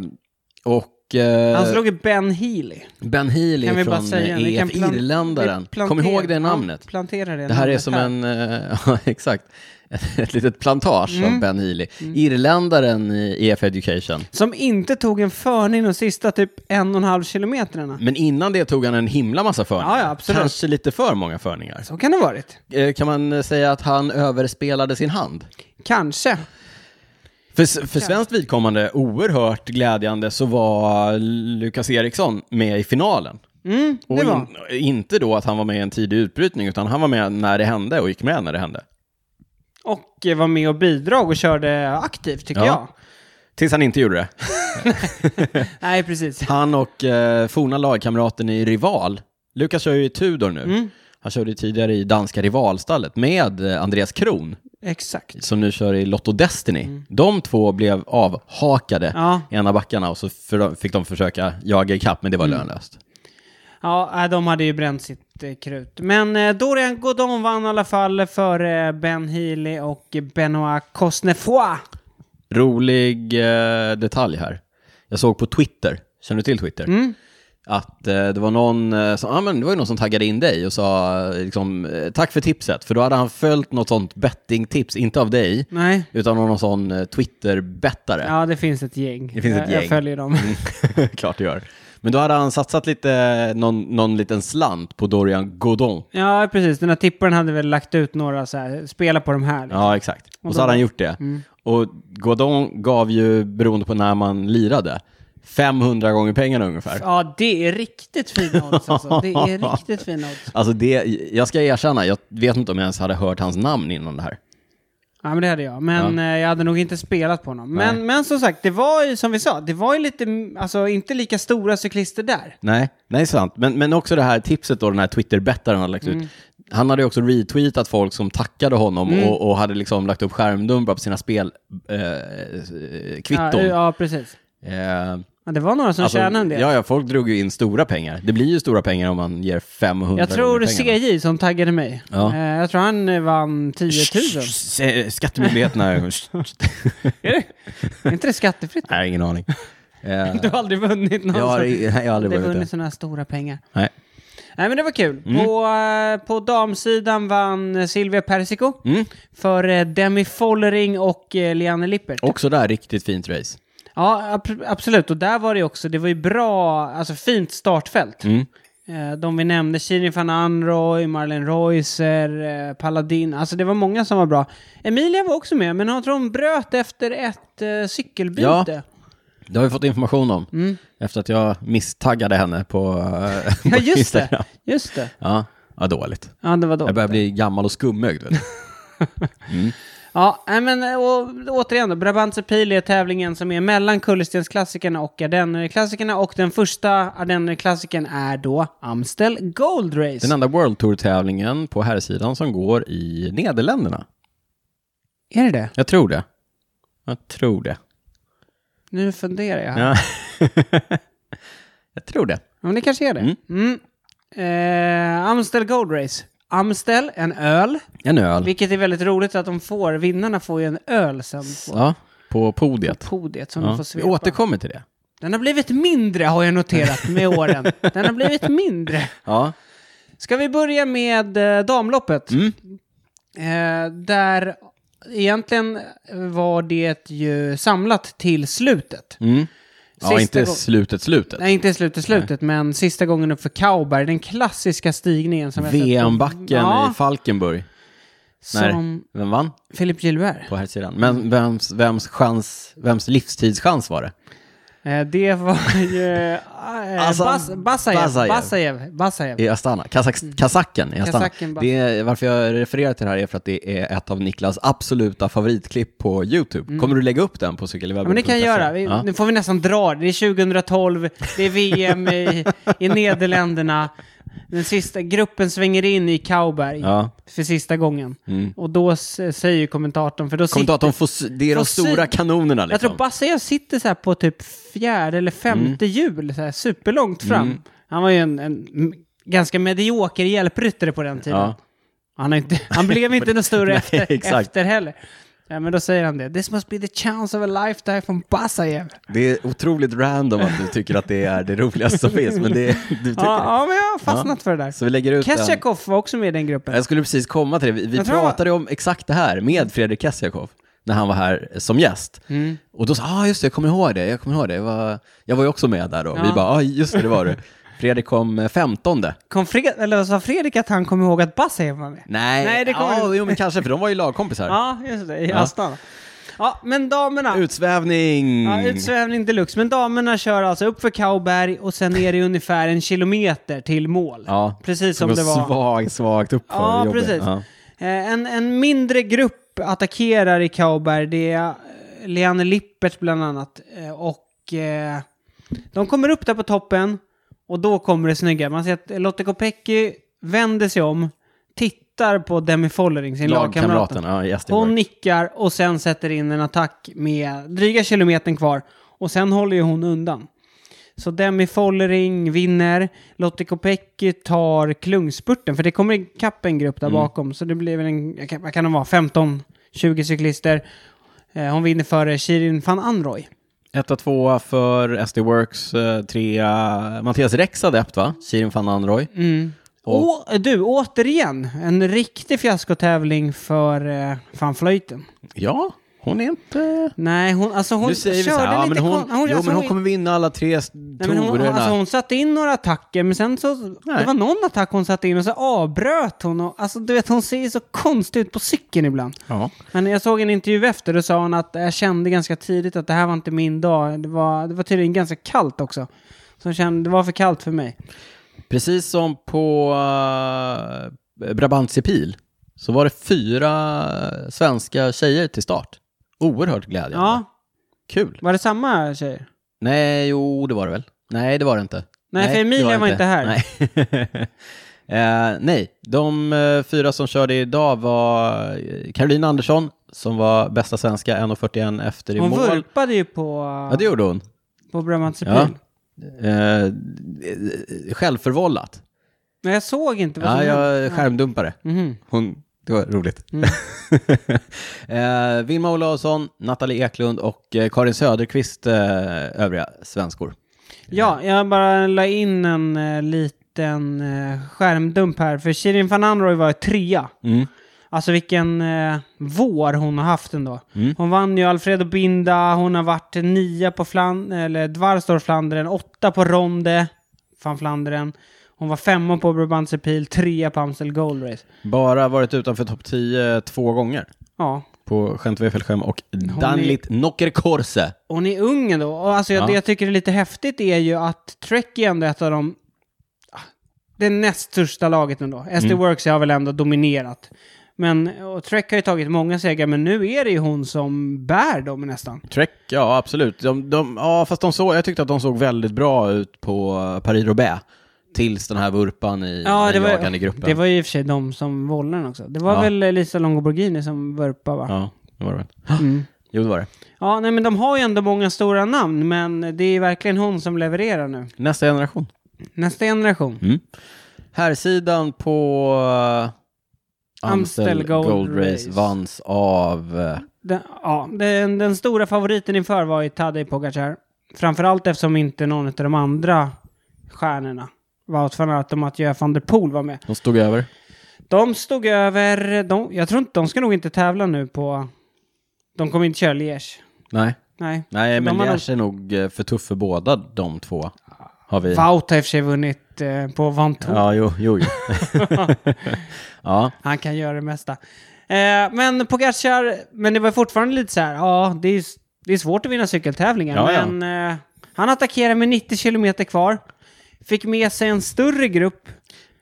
S1: och eh,
S2: Han slog ju Ben Healy.
S1: Ben Healy
S2: Alltså, Kan vi bara
S1: från
S2: säga.
S1: eh,
S2: vi kan
S1: EF
S2: plan-
S1: Irländaren.
S2: vi plantera-
S1: Kom ihåg det
S2: ja,
S1: namnet.
S2: Plantera det
S1: Det här är
S2: namnet
S1: som en, eh, ja exakt, ett, ett litet plantage
S2: Mm.
S1: av Ben Healy. Irländaren i EF Education.
S2: Som inte tog en förning de sista typ en och en halv kilometrarna.
S1: Men innan det tog han en himla massa förningar.
S2: Ja, ja, absolut.
S1: Kanske lite för många förningar.
S2: Så kan det ha varit.
S1: Eh, Kan man eh, säga att han överspelade sin hand?
S2: Kanske.
S1: För, s- för svenskt vidkommande, oerhört glädjande, så var Lukas Eriksson med i finalen.
S2: Mm,
S1: Och
S2: det var.
S1: in, inte då att han var med i en tidig utbrytning, utan han var med när det hände och gick med när det hände.
S2: Och eh, var med och bidrog och körde aktivt tycker
S1: Ja.
S2: jag.
S1: Tills han inte gjorde det.
S2: Nej, precis.
S1: Han och eh, forna lagkamraten i Rival, Lukas kör ju i Tudor nu.
S2: Mm.
S1: Han körde ju tidigare i danska rivalstallet med eh, Andreas Kron,
S2: Exakt.
S1: som nu kör i Lotto Destiny. De två blev avhakade
S2: Mm. Ja.
S1: i ena backarna och så för, fick de försöka jaga ikapp, men det var
S2: Mm.
S1: lönlöst.
S2: Ja, äh, de hade ju bränt sitt eh, krut. Men eh, Dorian Godon vann i alla fall före eh, Ben Healy och Benoit Cosnefoy.
S1: Rolig eh, detalj här. Jag såg på Twitter, känner du till Twitter?
S2: Mm.
S1: Att eh, det var någon eh, som, ah, men det var ju någon som taggade in dig och sa eh, liksom, eh, tack för tipset, för då hade han följt något sånt bettingtips, inte av dig,
S2: Nej.
S1: utan av någon sån eh, Twitter-bettare.
S2: Ja, det finns ett gäng.
S1: Det finns ett
S2: Eh,
S1: gäng. Mm.
S2: jag, Jag följer dem.
S1: Klart det gör. Men då hade han satsat lite, någon, någon liten slant på Dorian Godon.
S2: Ja, precis. Den här tipparen hade väl lagt ut några så här, spela på de här.
S1: Ja, exakt. Och så hade han gjort det.
S2: Mm.
S1: Och Godon gav ju, beroende på när man lirade, 500 gånger pengarna ungefär.
S2: Ja, det är riktigt fina odds alltså. Det är riktigt fina odds.
S1: Alltså det, jag ska erkänna, jag vet inte om jag ens hade hört hans namn innan det här.
S2: Ja, men det hade jag. Men eh, jag hade nog inte spelat på honom. Men, men som sagt, det var ju som vi sa, det var ju lite, mm, alltså inte lika stora cyklister där.
S1: Nej, nej sant. Men, men också det här tipset då, den här Twitter-bettaren hade lagt
S2: Mm.
S1: ut. Han hade ju också retweetat folk som tackade honom och, och hade liksom lagt upp skärmdumpar på sina spelkvitton. Eh,
S2: Ja,
S1: kvitton.
S2: ja, precis.
S1: Eh,
S2: Ja, det var några som
S1: alltså,
S2: tjänade en del.
S1: ja, ja, folk drog ju in stora pengar. Det blir ju stora pengar om man ger 500
S2: jag tror
S1: gånger pengarna.
S2: CJ som taggade mig.
S1: Ja.
S2: Eh, jag tror han eh, vann 10 000.
S1: Se- Skattemyndigheterna...
S2: är inte det skattefritt?
S1: nej, ingen aning. Eh,
S2: Du har aldrig vunnit någon
S1: jag, har,
S2: sån-
S1: nej, jag har aldrig
S2: aldrig
S1: varit
S2: vunnit
S1: det. Mm.
S2: sådana här stora pengar.
S1: Nej.
S2: Nej men det var kul. På, eh, på damsidan vann eh, Silvia Persico
S1: Mm.
S2: för eh, Demi Follering och eh, Liane Lippert.
S1: Också där riktigt fint race.
S2: Ja, ab- absolut. Och där var det ju också, det var ju bra, alltså fint startfält.
S1: Mm.
S2: Eh, De vi nämnde, Shirin van Anroy, Marlene Reusser, eh, Paladin. Alltså det var många som var bra. Emilia var också med, men jag tror hon bröt efter ett eh, cykelbyte.
S1: Ja. Det har vi fått information om. Efter att jag misstaggade henne på, eh, på
S2: Mm. Ja, just
S1: Instagram.
S2: det. Just det.
S1: Ja, ja, dåligt.
S2: Ja, det var då.
S1: Jag börjar bli gammal och skummögd. vet du.
S2: Ja, nej, men eh, och, återigen då, Brabantse Pil är tävlingen som är mellan Kullerstensklassikerna och Ardennerklassikerna och den första Ardennerklassikern är då Amstel Gold Race.
S1: Den enda World Tour-tävlingen på herrsidan som går i Nederländerna.
S2: Är det det?
S1: Jag tror det. Jag tror det.
S2: Nu funderar jag. här.
S1: Ja. jag tror det.
S2: Ja, men det kanske är det. Mm. Eh, Amstel Gold Race. Amstel, en öl.
S1: En öl.
S2: Vilket är väldigt roligt att de får. Vinnarna får ju en öl sen på
S1: Ja, på podiet.
S2: podiet som de
S1: Ja.
S2: får
S1: Vi
S2: svepa.
S1: återkommer till det.
S2: Den har blivit mindre har jag noterat med åren. Den har blivit mindre.
S1: Ja.
S2: Ska vi börja med eh, damloppet?
S1: Mm.
S2: Eh, där egentligen var det ju samlat till slutet.
S1: Mm. Ja,
S2: Sista
S1: inte
S2: gång-
S1: slutet, slutet.
S2: Nej, inte slutet, slutet, men sista gången upp för Kauberg, den klassiska stigningen som jag sett på-
S1: VM-backen
S2: ja,
S1: i Falkenburg.
S2: Som
S1: Vem vann?
S2: Philip Gilbert.
S1: på här sidan. Men vems, vems, chans, vems livstidschans var det?
S2: Eh, det var ju eh,
S1: Alltså,
S2: Bas, Basajev,
S1: Basajev.
S2: Basajev, Basajev.
S1: I Astana. Kazak, Kazaken i Astana.
S2: Mm. Kazaken bara.
S1: det är, varför jag refererar till det här är för att det är ett av Niklas absoluta favoritklipp på YouTube. Kommer du lägga upp den på cykelwebben?
S2: Mm. Ja, men det kan jag göra. Vi,
S1: Ja.
S2: Nu får vi nästan dra det. Det är 2012, det är VM i, i Nederländerna. Den sista gruppen svänger in i Kauberg
S1: Ja.
S2: för sista gången.
S1: Mm.
S2: Och då s- säger ju kommentatorn, för då sitter...
S1: Kommentatorn får, s- det är de
S2: Får sy-
S1: stora kanonerna
S2: Jag
S1: liksom. Mm.
S2: tror Basse och jag sitter så här på typ fjärde eller femte hjul, så här superlångt fram. Han var ju en, en m- ganska medioker hjälpryttare på den tiden.
S1: Ja.
S2: Han, har inte, han blev inte någon större
S1: Nej,
S2: efter,
S1: exakt.
S2: efter heller. Ja, men då säger han det. This must be the chance of a lifetime från Basajev.
S1: Det är otroligt random att du tycker att det är det roligaste som finns, men det, du tycker
S2: Ja, ja, men jag har fastnat för det
S1: det.
S2: där.
S1: Så vi lägger ut den.
S2: Kessiakoff var också med i den gruppen.
S1: Jag skulle precis komma till det. Vi, vi
S2: Jag tror jag-
S1: pratade om exakt det här med Fredrik Kessiakoff när han var här som gäst.
S2: Mm.
S1: Och då sa ah, just det, jag kommer ihåg det, jag kommer ihåg det. Jag var, jag var ju också med där då.
S2: Ja.
S1: Vi bara, ah, just det, det var du. Fredrik kom eh, 15.
S2: Kom Fred, eller sa Fredrik att han kom ihåg att Basajev var med?
S1: Nej,
S2: Nej, det kommer
S1: ja,
S2: du-
S1: jo, men kanske, för de var ju lagkompisar.
S2: Ja, just det. I Astana. Ja, men damerna.
S1: Utsvävning.
S2: Ja, utsvävning deluxe. Men damerna kör alltså upp för Kauberg och sen är det ungefär en kilometer till mål.
S1: Ja.
S2: Precis som det var.
S1: Svagt, svagt uppför.
S2: Ja,
S1: jobbigt.
S2: precis.
S1: Ja.
S2: Eh, En, en mindre grupp attackerar i Kauberg. Det är eh, Leanne Lippert bland annat. Eh, Och eh, de kommer upp där på toppen och då kommer det snygga. Man ser att Lotte Kopecky vänder sig om, tittar på Demi Follering, sin lagkamrat.
S1: Lagkamraten, ja, i Gästrikborg.
S2: Hon nickar och sen sätter in en attack med dryga kilometern kvar. Och sen håller ju hon undan. Så Demi Follering vinner. Lotte Kopecky tar klungspurten, för det kommer ikapp en grupp där
S1: Mm.
S2: bakom. Så det blir väl en, jag kan- vad kan det vara, 15-20 cyklister. Eh, Hon vinner före Shirin van Anroy.
S1: Etta, tvåa för SD Works, eh, trea Mattias Rex adept va? Shirin van Anroy.
S2: Mm.
S1: Mm. Och-
S2: Och du, återigen, en riktig fiaskotävling för eh, van Vleuten.
S1: Ja, hon är inte...
S2: Nej, hon, alltså hon
S1: nu säger vi så
S2: körde
S1: här, ja, men
S2: lite
S1: hon,
S2: kon- hon-
S1: jo,
S2: alltså
S1: men hon
S2: hon-
S1: kommer vinna alla tre s-
S2: Nej, men hon,
S1: torerna.
S2: alltså hon satte in några attacker, men sen så... Det var någon attack hon satte in och så avbröt hon. Och, alltså, du vet, hon ser ju så konstig ut på cykeln ibland.
S1: ja.
S2: Men jag såg en intervju efter, då sa hon att jag kände ganska tidigt att det här var inte min dag. Det var, det var tydligen ganska kallt också. Så jag kände, det var för kallt för mig.
S1: Precis som på äh, Brabantse Pil så var det fyra eh, svenska tjejer till start. Oerhört glädjande.
S2: Ja,
S1: Kul.
S2: var det samma tjejer?
S1: Nej, jo, det var det väl. Nej, det var det inte.
S2: Nej, för
S1: det
S2: Emilia
S1: det
S2: var inte här.
S1: Nej. Eh, nej, de eh, fyra som körde idag var eh, Caroline Andersson, som var bästa svenska, 1.41 efter i
S2: Hon
S1: mål.
S2: vurpade ju på,
S1: Ja, det gjorde hon.
S2: på Bramatsepil.
S1: Ja. Eh, eh, självförvållat.
S2: Men jag såg inte vad
S1: Ja, Mm.
S2: som hände.
S1: jag skärmdumpade.
S2: Mhm.
S1: Hon, det var roligt. eh, Vilma Olausson, Nathalie Eklund och eh, Karin Söderqvist, eh, övriga svenskor.
S2: Ja, jag bara la in en eh, liten eh, skärmdump här. För Shirin van Anroy var trea.
S1: Mm.
S2: Alltså vilken eh, vår hon har haft ändå.
S1: Mm.
S2: Hon vann ju Alfredo Binda, hon har varit nia på Flan eller Dvarstorp Flandern, åtta på Ronde van Flandern. Hon var femma på Brabantse Pil, trea på Amstel Gold Race.
S1: Bara varit utanför topp 10 två gånger.
S2: Ja,
S1: På Gent-Wefelgem och Danlit Nockerkorse.
S2: hon är ung ändå. Och alltså jag,
S1: Ja.
S2: det jag tycker är lite häftigt är ju att Trek är ändå ett av de ah, det näst största laget ändå.
S1: Mm.
S2: SD Works har väl ändå dominerat. Men och Trek har ju tagit många segrar, men nu är det ju hon som bär dem nästan.
S1: Trek, ja absolut. De, de, ja, fast de såg, jag tyckte att de såg väldigt bra ut på Paris-Roubaix. Tills den här vurpan i
S2: Ja, det
S1: den
S2: var,
S1: jagande gruppen.
S2: det var ju i och för sig de som vållade den också. Det var
S1: Ja.
S2: väl Lisa Longoborghini som vurpade va? Ja.
S1: Ja, det var det väl. Jo, det var det.
S2: nej men de har ju ändå många stora namn, men det är verkligen hon som levererar nu.
S1: Nästa generation.
S2: Nästa generation.
S1: Här sidan på eh,
S2: Amstel
S1: Amstel,
S2: Gold
S1: Gold, Race,
S2: Race.
S1: vanns av... eh,
S2: Den, ja, den, den stora favoriten inför var ju Tadej Pogacar. Framförallt eftersom inte någon av de andra stjärnorna, Wout van Aert och Mathieu van der Poel var med.
S1: de stod över.
S2: De stod över, de, jag tror inte, de ska nog inte tävla nu på... De kommer inte köra Liège.
S1: Nej,
S2: Nej.
S1: Nej
S2: De
S1: men
S2: har nog-
S1: Liège är nog eh, för tuff för båda de två. Har vi.
S2: Wout har i och för sig vunnit eh, på Vantour.
S1: Ja, jo, jo, jo. ja,
S2: Han kan göra det mesta. Eh, men Pogacar, men det var fortfarande lite så här, ja, det är, det är svårt att vinna cykeltävlingar,
S1: Ja, ja.
S2: men Eh, han attackerade med 90 kilometer kvar. Fick med sig en större grupp.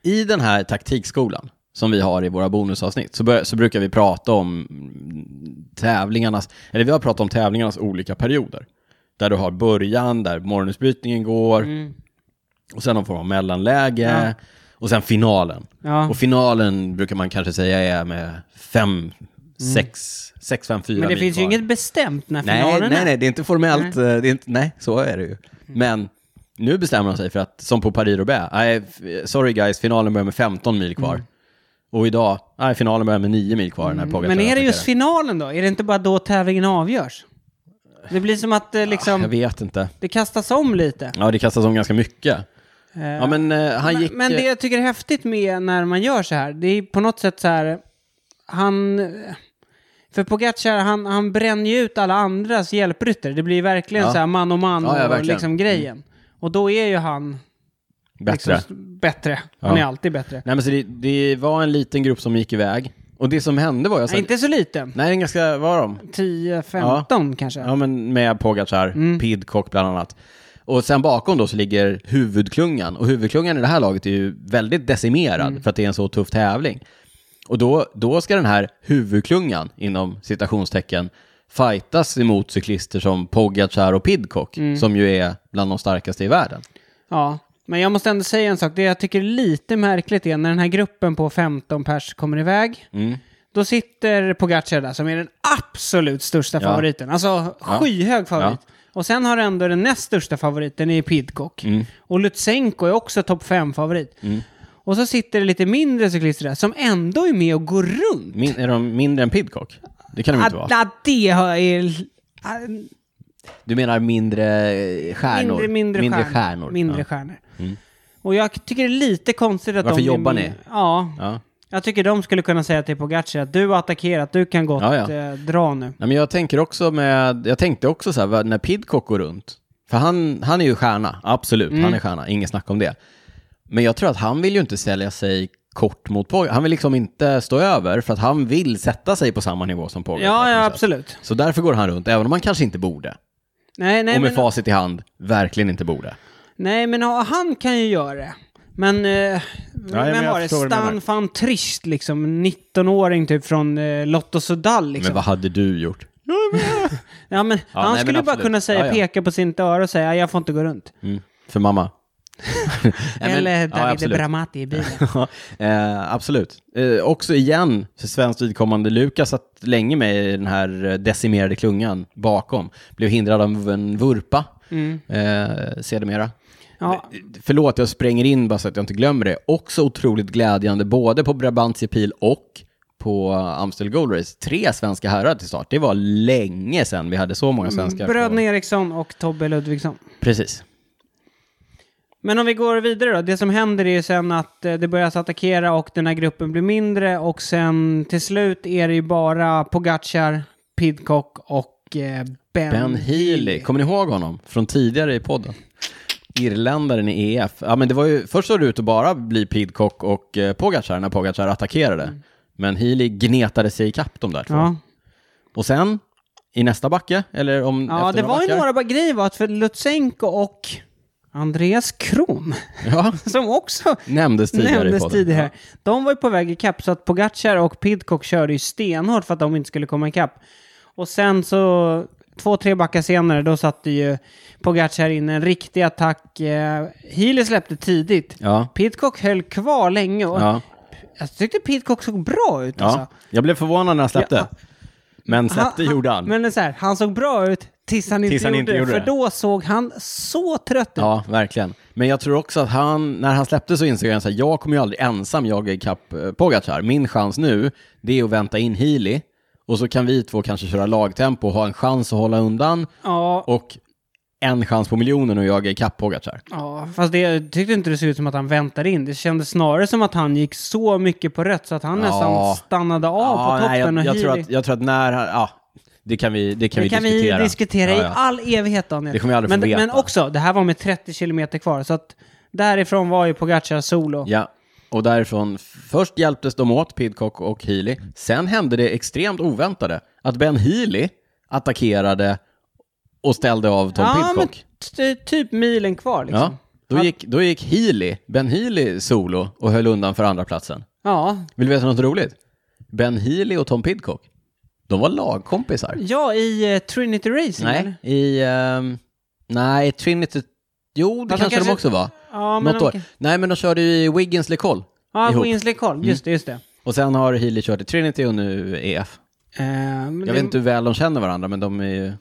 S1: I den här taktikskolan som vi har i våra bonusavsnitt så, bör, så brukar vi prata om mm, tävlingarnas, eller vi har pratat om tävlingarnas olika perioder. Där du har Mm.
S2: Mm,
S1: början, där morgonutbrytningen går, och sen någon form av mellanläge. Och sen finalen.
S2: Ja.
S1: Och finalen brukar man kanske säga är med fem, sex, sex, fem, fyra
S2: Mm. Men det
S1: mil
S2: finns ju
S1: kvar.
S2: inget bestämt när
S1: Nej,
S2: finalen Mm.
S1: nej,
S2: är.
S1: nej, det är inte formellt. eh, Det är inte, nej, så är det ju. Men nu bestämmer de sig för att, som på Paris-Roubaix, nej, f- sorry guys, finalen börjar med 15 mil kvar.
S2: Mm.
S1: Och idag, nej, finalen börjar med 9 mil kvar när Pogacar
S2: Men är det just
S1: attackerar.
S2: finalen då? Är det inte bara då tävlingen avgörs? Det blir som att eh,
S1: Ah, Jag
S2: liksom,
S1: vet inte.
S2: det kastas om lite.
S1: Ja, det kastas om ganska mycket.
S2: Eh,
S1: Ja, men eh, han
S2: men,
S1: gick...
S2: men det jag tycker är häftigt med när man gör så här, det är på något sätt så här, han... För Pogacar, han, han bränner ju ut alla andras hjälprytter. Det blir verkligen
S1: Ja.
S2: så här man och man
S1: Ja, ja,
S2: och
S1: verkligen. Mm.
S2: liksom grejen. Och då är ju han
S1: Bättre.
S2: Liksom, bättre. Han
S1: Ja.
S2: är alltid bättre.
S1: Nej, men så det, det var en liten grupp som gick iväg. Och det som hände var ju...
S2: Nej,
S1: sen-
S2: inte så liten.
S1: Nej, en ganska... Var de?
S2: 10-15 kanske.
S1: Ja, men med Pogacar,
S2: Mm.
S1: Pidcock bland annat. Och sen bakom då så ligger huvudklungan. Och huvudklungan i det här laget är ju väldigt decimerad
S2: Mm.
S1: för att det är en så tuff tävling. Och då, då ska den här huvudklungan, inom citationstecken, fightas emot cyklister som Pogacar och Pidcock,
S2: Mm.
S1: som ju är bland de starkaste i världen.
S2: Ja, men jag måste ändå säga en sak. Det jag tycker är lite märkligt är när den här gruppen på 15 pers kommer iväg.
S1: Mm.
S2: Då sitter Pogacar där som är den absolut största
S1: Ja.
S2: favoriten. Alltså skyhög favorit. Och sen har du ändå den näst största favoriten i Pidcock.
S1: Mm.
S2: Och Lutsenko är också topp 5-favorit. Och så sitter det lite mindre cyklister där som ändå är med och går runt.
S1: Min, är de mindre än Pidcock? Det kan de inte
S2: Ah,
S1: vara.
S2: ah, det har- är... ah,
S1: Du menar mindre eh, stjärnor?
S2: Mindre, mindre,
S1: mindre
S2: stjärn-
S1: stjärnor. Mm.
S2: Mindre stjärnor. Och jag tycker det är lite konstigt att
S1: Varför
S2: de... är
S1: jobbar
S2: med-
S1: ni?
S2: Ja.
S1: Ja. Ja.
S2: Jag tycker de skulle kunna säga till Pogacar att du har attackerat, du kan gott
S1: Ja, ja.
S2: Eh, dra nu.
S1: Nej, men jag, tänker också med, jag tänkte också så här, vad- när Pidcock går runt, för han, han är ju stjärna, absolut,
S2: Mm.
S1: han är stjärna, inget snack om det. Men jag tror att han vill ju inte sälja sig kort mot Pogacar. Han vill liksom inte stå över, för att han vill sätta sig på samma nivå som Pogacar. på
S2: Ja, ja,
S1: något sätt.
S2: absolut.
S1: Så därför går han runt, även om han kanske inte borde.
S2: Nej, nej,
S1: och med
S2: men,
S1: facit i hand, verkligen inte borde.
S2: nej, men ja, han kan ju göra det. Men, eh,
S1: men
S2: vem
S1: jag
S2: var det?
S1: förstår vad du menar.
S2: Stan van Trist, liksom 19-åring typ från eh, Lotto Sudal, liksom.
S1: Men vad hade du gjort?
S2: ja, men, han
S1: nej, men
S2: skulle ju bara
S1: absolut.
S2: kunna säga,
S1: Ja, ja.
S2: peka på sin öra och säga, jag får inte gå runt.
S1: Mm. För mamma? Nej, men-
S2: Eller Davide
S1: absolut.
S2: Bramati i bilen.
S1: Ja, eh, absolut. Eh, också igen, för svenskt vidkommande, Lukas satt länge med i den här eh, decimerade klungan bakom. Blev hindrad av en vurpa, eh, sedermera.
S2: Ja,
S1: Förlåt, jag spränger in bara så att jag inte glömmer det. Också otroligt glädjande, både på Brabantia Pil och på Amstel Gold Race. Tre svenska herrar till start. Det var länge sedan vi hade så många svenskar. på-
S2: Bröderna Eriksson och Tobbe Ludvigsson.
S1: Precis.
S2: Men om vi går vidare då. Det som händer är ju sen att eh, det börjar attackera och den här gruppen blir mindre och sen till slut är det ju bara Pogacar, Pidcock och eh, Ben,
S1: Ben Healy, kommer ni ihåg honom? Från tidigare i podden. Irländaren i EF. Ja, men det var ju, först såg det ut att bara bli Pidcock och eh, Pogacar när Pogacar attackerade. Men Healy gnetade sig ikapp de där två.
S2: Mm. Ja,
S1: Och sen, i nästa backe, eller om
S2: ja
S1: efter
S2: det var ju
S1: backar.
S2: några bara grejer var att för Lutsenko och Andreas Kron,
S1: Ja,
S2: som också
S1: nämndes tidigare i
S2: nämndes
S1: podden.
S2: tidigare, de var ju på väg ikapp så att Pogacar och Pidcock körde ju stenhårt för att de inte skulle komma ikapp. Och sen så, två, tre backar senare, då satte ju Pogacar in en riktig attack. Eh, Healy släppte tidigt.
S1: Ja.
S2: Pidcock höll kvar länge och
S1: Ja.
S2: jag tyckte Pidcock såg bra ut
S1: ja.
S2: alltså.
S1: Jag blev förvånad när han släppte.
S2: Ja.
S1: Men släppte gjorde han.
S2: Men det är så här, han såg bra ut tills han inte,
S1: Tills han
S2: gjorde,
S1: inte gjorde
S2: det.
S1: det.
S2: För då såg han så trött ut.
S1: Ja, verkligen. Men jag tror också att han, när han släppte så insåg han att jag kommer ju aldrig ensam jaga ikapp eh, Pogacar. Min chans nu, det är att vänta in Healy och så kan vi två kanske köra lagtempo och ha en chans att hålla undan
S2: Ja,
S1: och en chans på miljonen att jaga ikapp Pogacar.
S2: Ja, fast det, jag tyckte inte det såg ut som att han väntade in. Det kändes snarare som att han gick så mycket på rött så att han
S1: Ja.
S2: nästan stannade av på toppen
S1: nej, jag,
S2: och
S1: jag, tror
S2: Healy-
S1: att, jag tror att när han, ja, det kan vi, det kan
S2: det
S1: vi
S2: kan
S1: diskutera.
S2: vi diskutera
S1: Ja,
S2: i
S1: ja.
S2: all evighet Daniel.
S1: Det kommer vi aldrig
S2: men,
S1: få veta.
S2: men också, det här var med 30 kilometer kvar så att därifrån var ju Pogacar solo.
S1: Ja, och därifrån, först hjälptes de åt, Pidcock och Healy. Sen hände det extremt oväntade, att Ben Healy attackerade och ställde av Tom
S2: Ja, men
S1: Pidcock.
S2: ty- typ milen kvar liksom.
S1: Ja,
S2: Ja.
S1: då gick, då gick Healy, Ben Healy solo och höll undan för andra platsen.
S2: Ja.
S1: Vill du veta något roligt? Ben Healy och Tom Pidcock, de var lagkompisar.
S2: i eh, Trinity Racing
S1: Nej,
S2: eller?
S1: i... ehm, nej, Trinity... Jo, det
S2: de
S1: kanske de
S2: kanske-
S1: också var.
S2: Ja, men
S1: Något år.
S2: okej.
S1: Nej, men de körde ju i Wiggins Lecol
S2: Ja,
S1: ihop. Mm.
S2: Winsley Cole. Just det, just det.
S1: Och sen har Healy kört i Trinity och nu EF.
S2: Ehm,
S1: Jag
S2: det-
S1: vet inte hur väl de känner varandra, men de är ju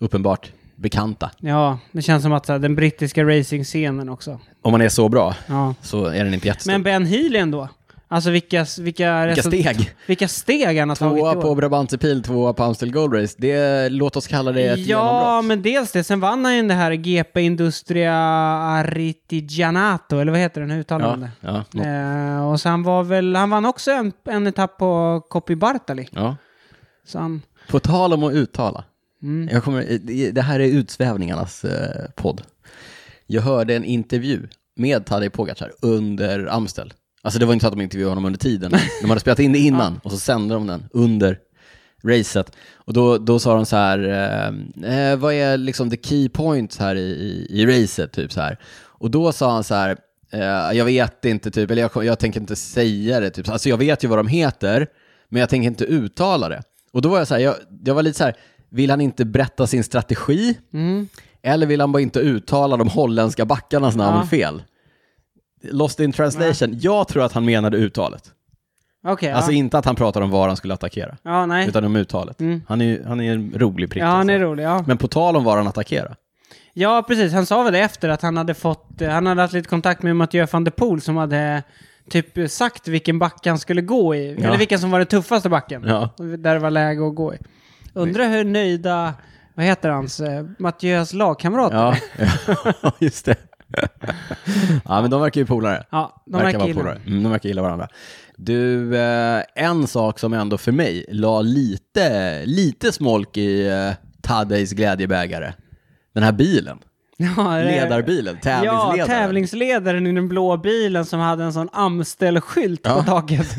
S1: uppenbart bekanta.
S2: Ja, det känns som att så här, den brittiska racingscenen också.
S1: Om man är så bra
S2: Ja.
S1: så är den inte jättestor.
S2: Men Ben Healy ändå. Alltså vilka, vilka,
S1: Vilka steg!
S2: vilka steg han har tagit i
S1: Tvåa
S2: år.
S1: på Brabantse Pil, tvåa på Amstel Gold Race. Det, låt oss kalla det ett
S2: Ja,
S1: genombrott.
S2: men dels det. Sen vann han ju det här GP Industria Artigianato, eller vad heter den? Hur uttalar man
S1: Ja,
S2: det?
S1: ja, nå-
S2: Eh, och sen var väl, han vann också en, en etapp på Coppi Bartali.
S1: ja.
S2: Så han,
S1: På tal om att uttala.
S2: Mm.
S1: Jag kommer, det- det här är utsvävningarnas eh, podd. Jag hörde en intervju med Tadej Pogacar under Amstel. Alltså det var inte så att de intervjuade honom under tiden. De hade spelat in det innan och så sände de den under racet. Och då, då sa de så här, eh, eh, vad är liksom the key points här i, i, i racet? Typ så här. Och då sa han så här, eh, jag vet inte typ, eller jag, kom- jag tänker inte säga det typ. Alltså jag vet ju vad de heter, men jag tänker inte uttala det. Och då var jag så här, jag, jag var lite så här, vill han inte berätta sin strategi? Eller vill han bara inte uttala de holländska backarnas namn
S2: Ja.
S1: fel? Lost in translation. Jag tror att han menade uttalet.
S2: okej.
S1: Alltså
S2: ja.
S1: inte att han pratade om var han skulle attackera,
S2: ja, nej. Mm.
S1: utan om uttalet. Han, är, ju- han är en rolig prick.
S2: Ja, han
S1: alltså.
S2: är rolig. Ja.
S1: Men på tal om var han attackerar.
S2: ja, precis. Han sa väl det efter att han hade fått, eh, han hade haft lite kontakt med Mathieu van der Poel som hade eh, typ sagt vilken back han skulle gå i.
S1: Ja.
S2: Eller vilken som var den tuffaste backen.
S1: Ja.
S2: Där det var läge att gå i. Undrar hur nöjda, vad heter hans, eh, Mathieu's lagkamrat
S1: Ja, Ja, just det. ja, men de verkar ju polare.
S2: Ja, de verkar
S1: vara
S2: gilla
S1: polare. Mm, de verkar gilla varandra. Du, eh, en sak som ändå för mig la lite, lite smolk i eh, Tadejs glädjebägare. Den här bilen,
S2: Ja, det-
S1: ledarbilen, tävlingsledaren.
S2: Ja, tävlingsledaren i den blå bilen som hade en sån Amstel-skylt på taket.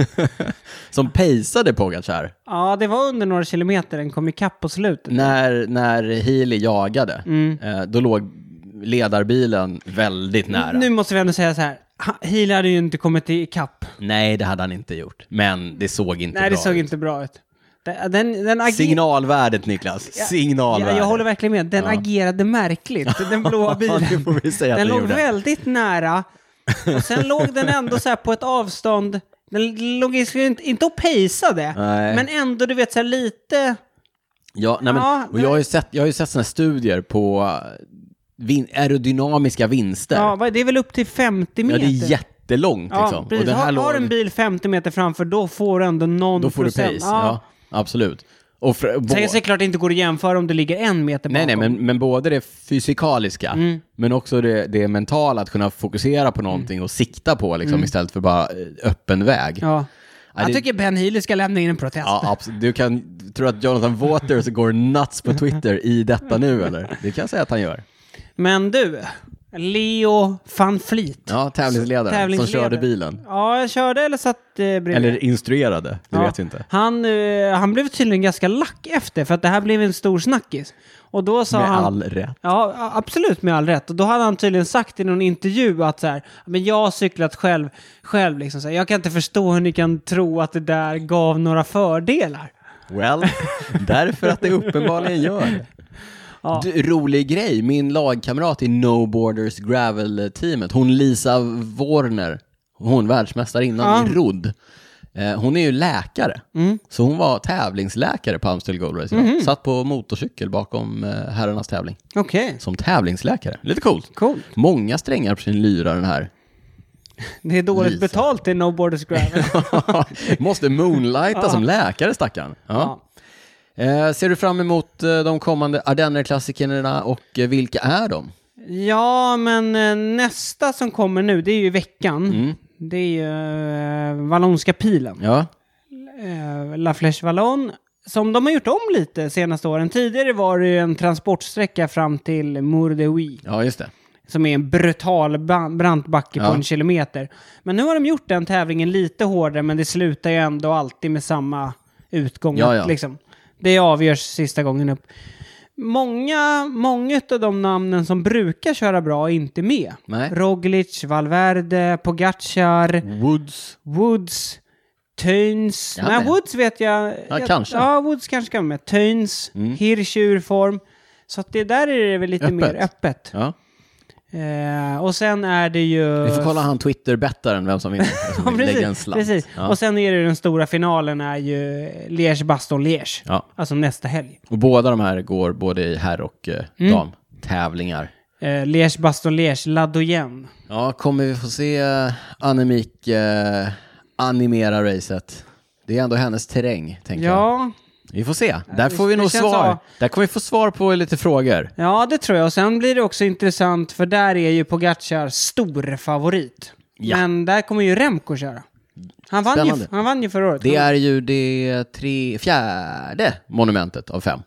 S1: Som pejsade Pogacar
S2: Ja, det var under några kilometer den kom ikapp på slutet.
S1: när, när Healy jagade.
S2: Mm.
S1: Eh, då låg ledarbilen väldigt nära.
S2: Nu måste vi ändå säga så här, ha- Healy hade ju inte kommit ikapp.
S1: Nej, det hade han inte gjort. Men det såg inte
S2: Nej,
S1: bra
S2: det såg
S1: ut.
S2: inte bra ut. Den, den, den ager-
S1: Signalvärdet Niklas,
S2: Ja,
S1: signalvärdet.
S2: jag håller verkligen med. Den
S1: Ja.
S2: agerade märkligt, den blåa bilen.
S1: det får vi säga att
S2: Den
S1: den
S2: låg
S1: gjorde.
S2: väldigt nära. Och sen låg den ändå så här på ett avstånd. Den låg ju inte, inte och pejsade,
S1: Nej.
S2: men ändå du vet så här lite...
S1: Ja, nej, men,
S2: Ja,
S1: och jag har ju sett, jag har ju sett såna här studier på eh, vin, aerodynamiska vinster.
S2: Ja,
S1: Ja,
S2: vad- det är väl upp till 50 meter?
S1: det är jättelångt
S2: Ja,
S1: liksom.
S2: precis.
S1: den
S2: har,
S1: låg-
S2: har en bil 50 meter framför, då får du ändå någon
S1: Då får du
S2: procent.
S1: pace. Ja. absolut. Och fr-
S2: Sen
S1: bå-
S2: kanske det klart inte går att jämföra om det ligger en meter bakom. Mm.
S1: nej, nej, men, men både det fysikaliska, men också det, det mentala, att kunna fokusera på någonting och sikta på liksom, istället för bara eh, öppen väg.
S2: Mm. Ja. Jag
S1: det-
S2: tycker Ben Healy ska lämna in en protest.
S1: Ja, absolut. Du kan tro att Jonathan Waters går nuts på Twitter i detta nu eller? Det kan jag säga att han gör.
S2: Men du, Leo van Fleet.
S1: Ja, tävlingsledaren, som
S2: Tävlingsledare.
S1: körde bilen.
S2: Ja, jag körde eller satt eh, bredvid.
S1: Eller instruerade, det
S2: Ja.
S1: vet vi inte.
S2: Han, eh, han blev tydligen ganska lack efter, för att det här blev en stor snackis. Och då sa
S1: Med
S2: han...
S1: all rätt.
S2: Ja, a- absolut med all rätt. Och då hade han tydligen sagt i någon intervju att så här, men jag har cyklat själv, själv liksom så här, jag kan inte förstå hur ni kan tro att det där gav några fördelar.
S1: Well, därför att det uppenbarligen gör det. Du, rolig grej, min lagkamrat i No Borders Gravel-teamet, hon Lisa Warner, hon världsmästarinnan i rodd, eh, hon är ju läkare. Så hon var tävlingsläkare på Amstel Gold Race idag. Satt på motorcykel bakom eh, herrarnas tävling
S2: Okej,
S1: som tävlingsläkare. Lite coolt.
S2: cool.
S1: Många strängar på sin lyra den här
S2: Det är dåligt
S1: Lisa.
S2: betalt i No Borders Gravel.
S1: Måste moonlighta som läkare stackaren. Ja. Eh, ser du fram emot eh, de kommande Ardenner-klassikerna och eh, vilka är de?
S2: ja, men eh, nästa som kommer nu, det är ju i veckan.
S1: Mm.
S2: Det är ju eh, Vallonska pilen.
S1: Ja,
S2: eh, La Flèche Wallonne. Som de har gjort om lite senaste åren. Tidigare var det ju en transportsträcka fram till Mourdeuil.
S1: ja just det.
S2: Som är en brutal ban- brant backe på
S1: Ja.
S2: en kilometer. Men nu har de gjort den tävlingen lite hårdare, men det slutar ju ändå alltid med samma utgång.
S1: Ja, ja.
S2: Liksom. Det avgörs sista gången upp. Många, många av de namnen som brukar köra bra är inte med.
S1: Nej.
S2: Roglic, Valverde, Pogacar.
S1: Woods.
S2: Woods, Töns.
S1: Ja,
S2: Nej,
S1: men.
S2: Woods vet jag.
S1: Ja,
S2: jag,
S1: kanske. Mm.
S2: Ja, Woods kanske kan vara med. Töns, Hirsch i urform. Så att det där är det väl lite
S1: Öppet.
S2: mer öppet.
S1: Ja.
S2: Eh, och sen är det ju...
S1: Vi får kolla han Twitter-bettaren, vem som vinner.
S2: Ja,
S1: Lägga en
S2: precis.
S1: slant.
S2: precis.
S1: Ja.
S2: Och sen är det ju den stora finalen är ju Liège-Baston-Liège.
S1: Ja.
S2: Alltså nästa helg.
S1: Och båda de här går både i herr och eh,
S2: Mm.
S1: damtävlingar.
S2: Eh, Liège-Baston-Liège, La Doyenne.
S1: Ja, kommer vi få se eh, Annemiek eh, animera racet? Det är ändå hennes terräng, tänker jag.
S2: Ja,
S1: Vi får se. Där
S2: det-
S1: får vi
S2: det
S1: nog
S2: känns
S1: svar.
S2: av.
S1: Där kommer vi få svar på lite frågor.
S2: ja, det tror jag. Och sen blir det också intressant för där är ju Pogacar stor favorit.
S1: Ja.
S2: Men där kommer ju Remco köra. Han vann, ju,
S1: Spännande.
S2: han vann ju förra året.
S1: Det är ju det tre, fjärde monumentet av fem.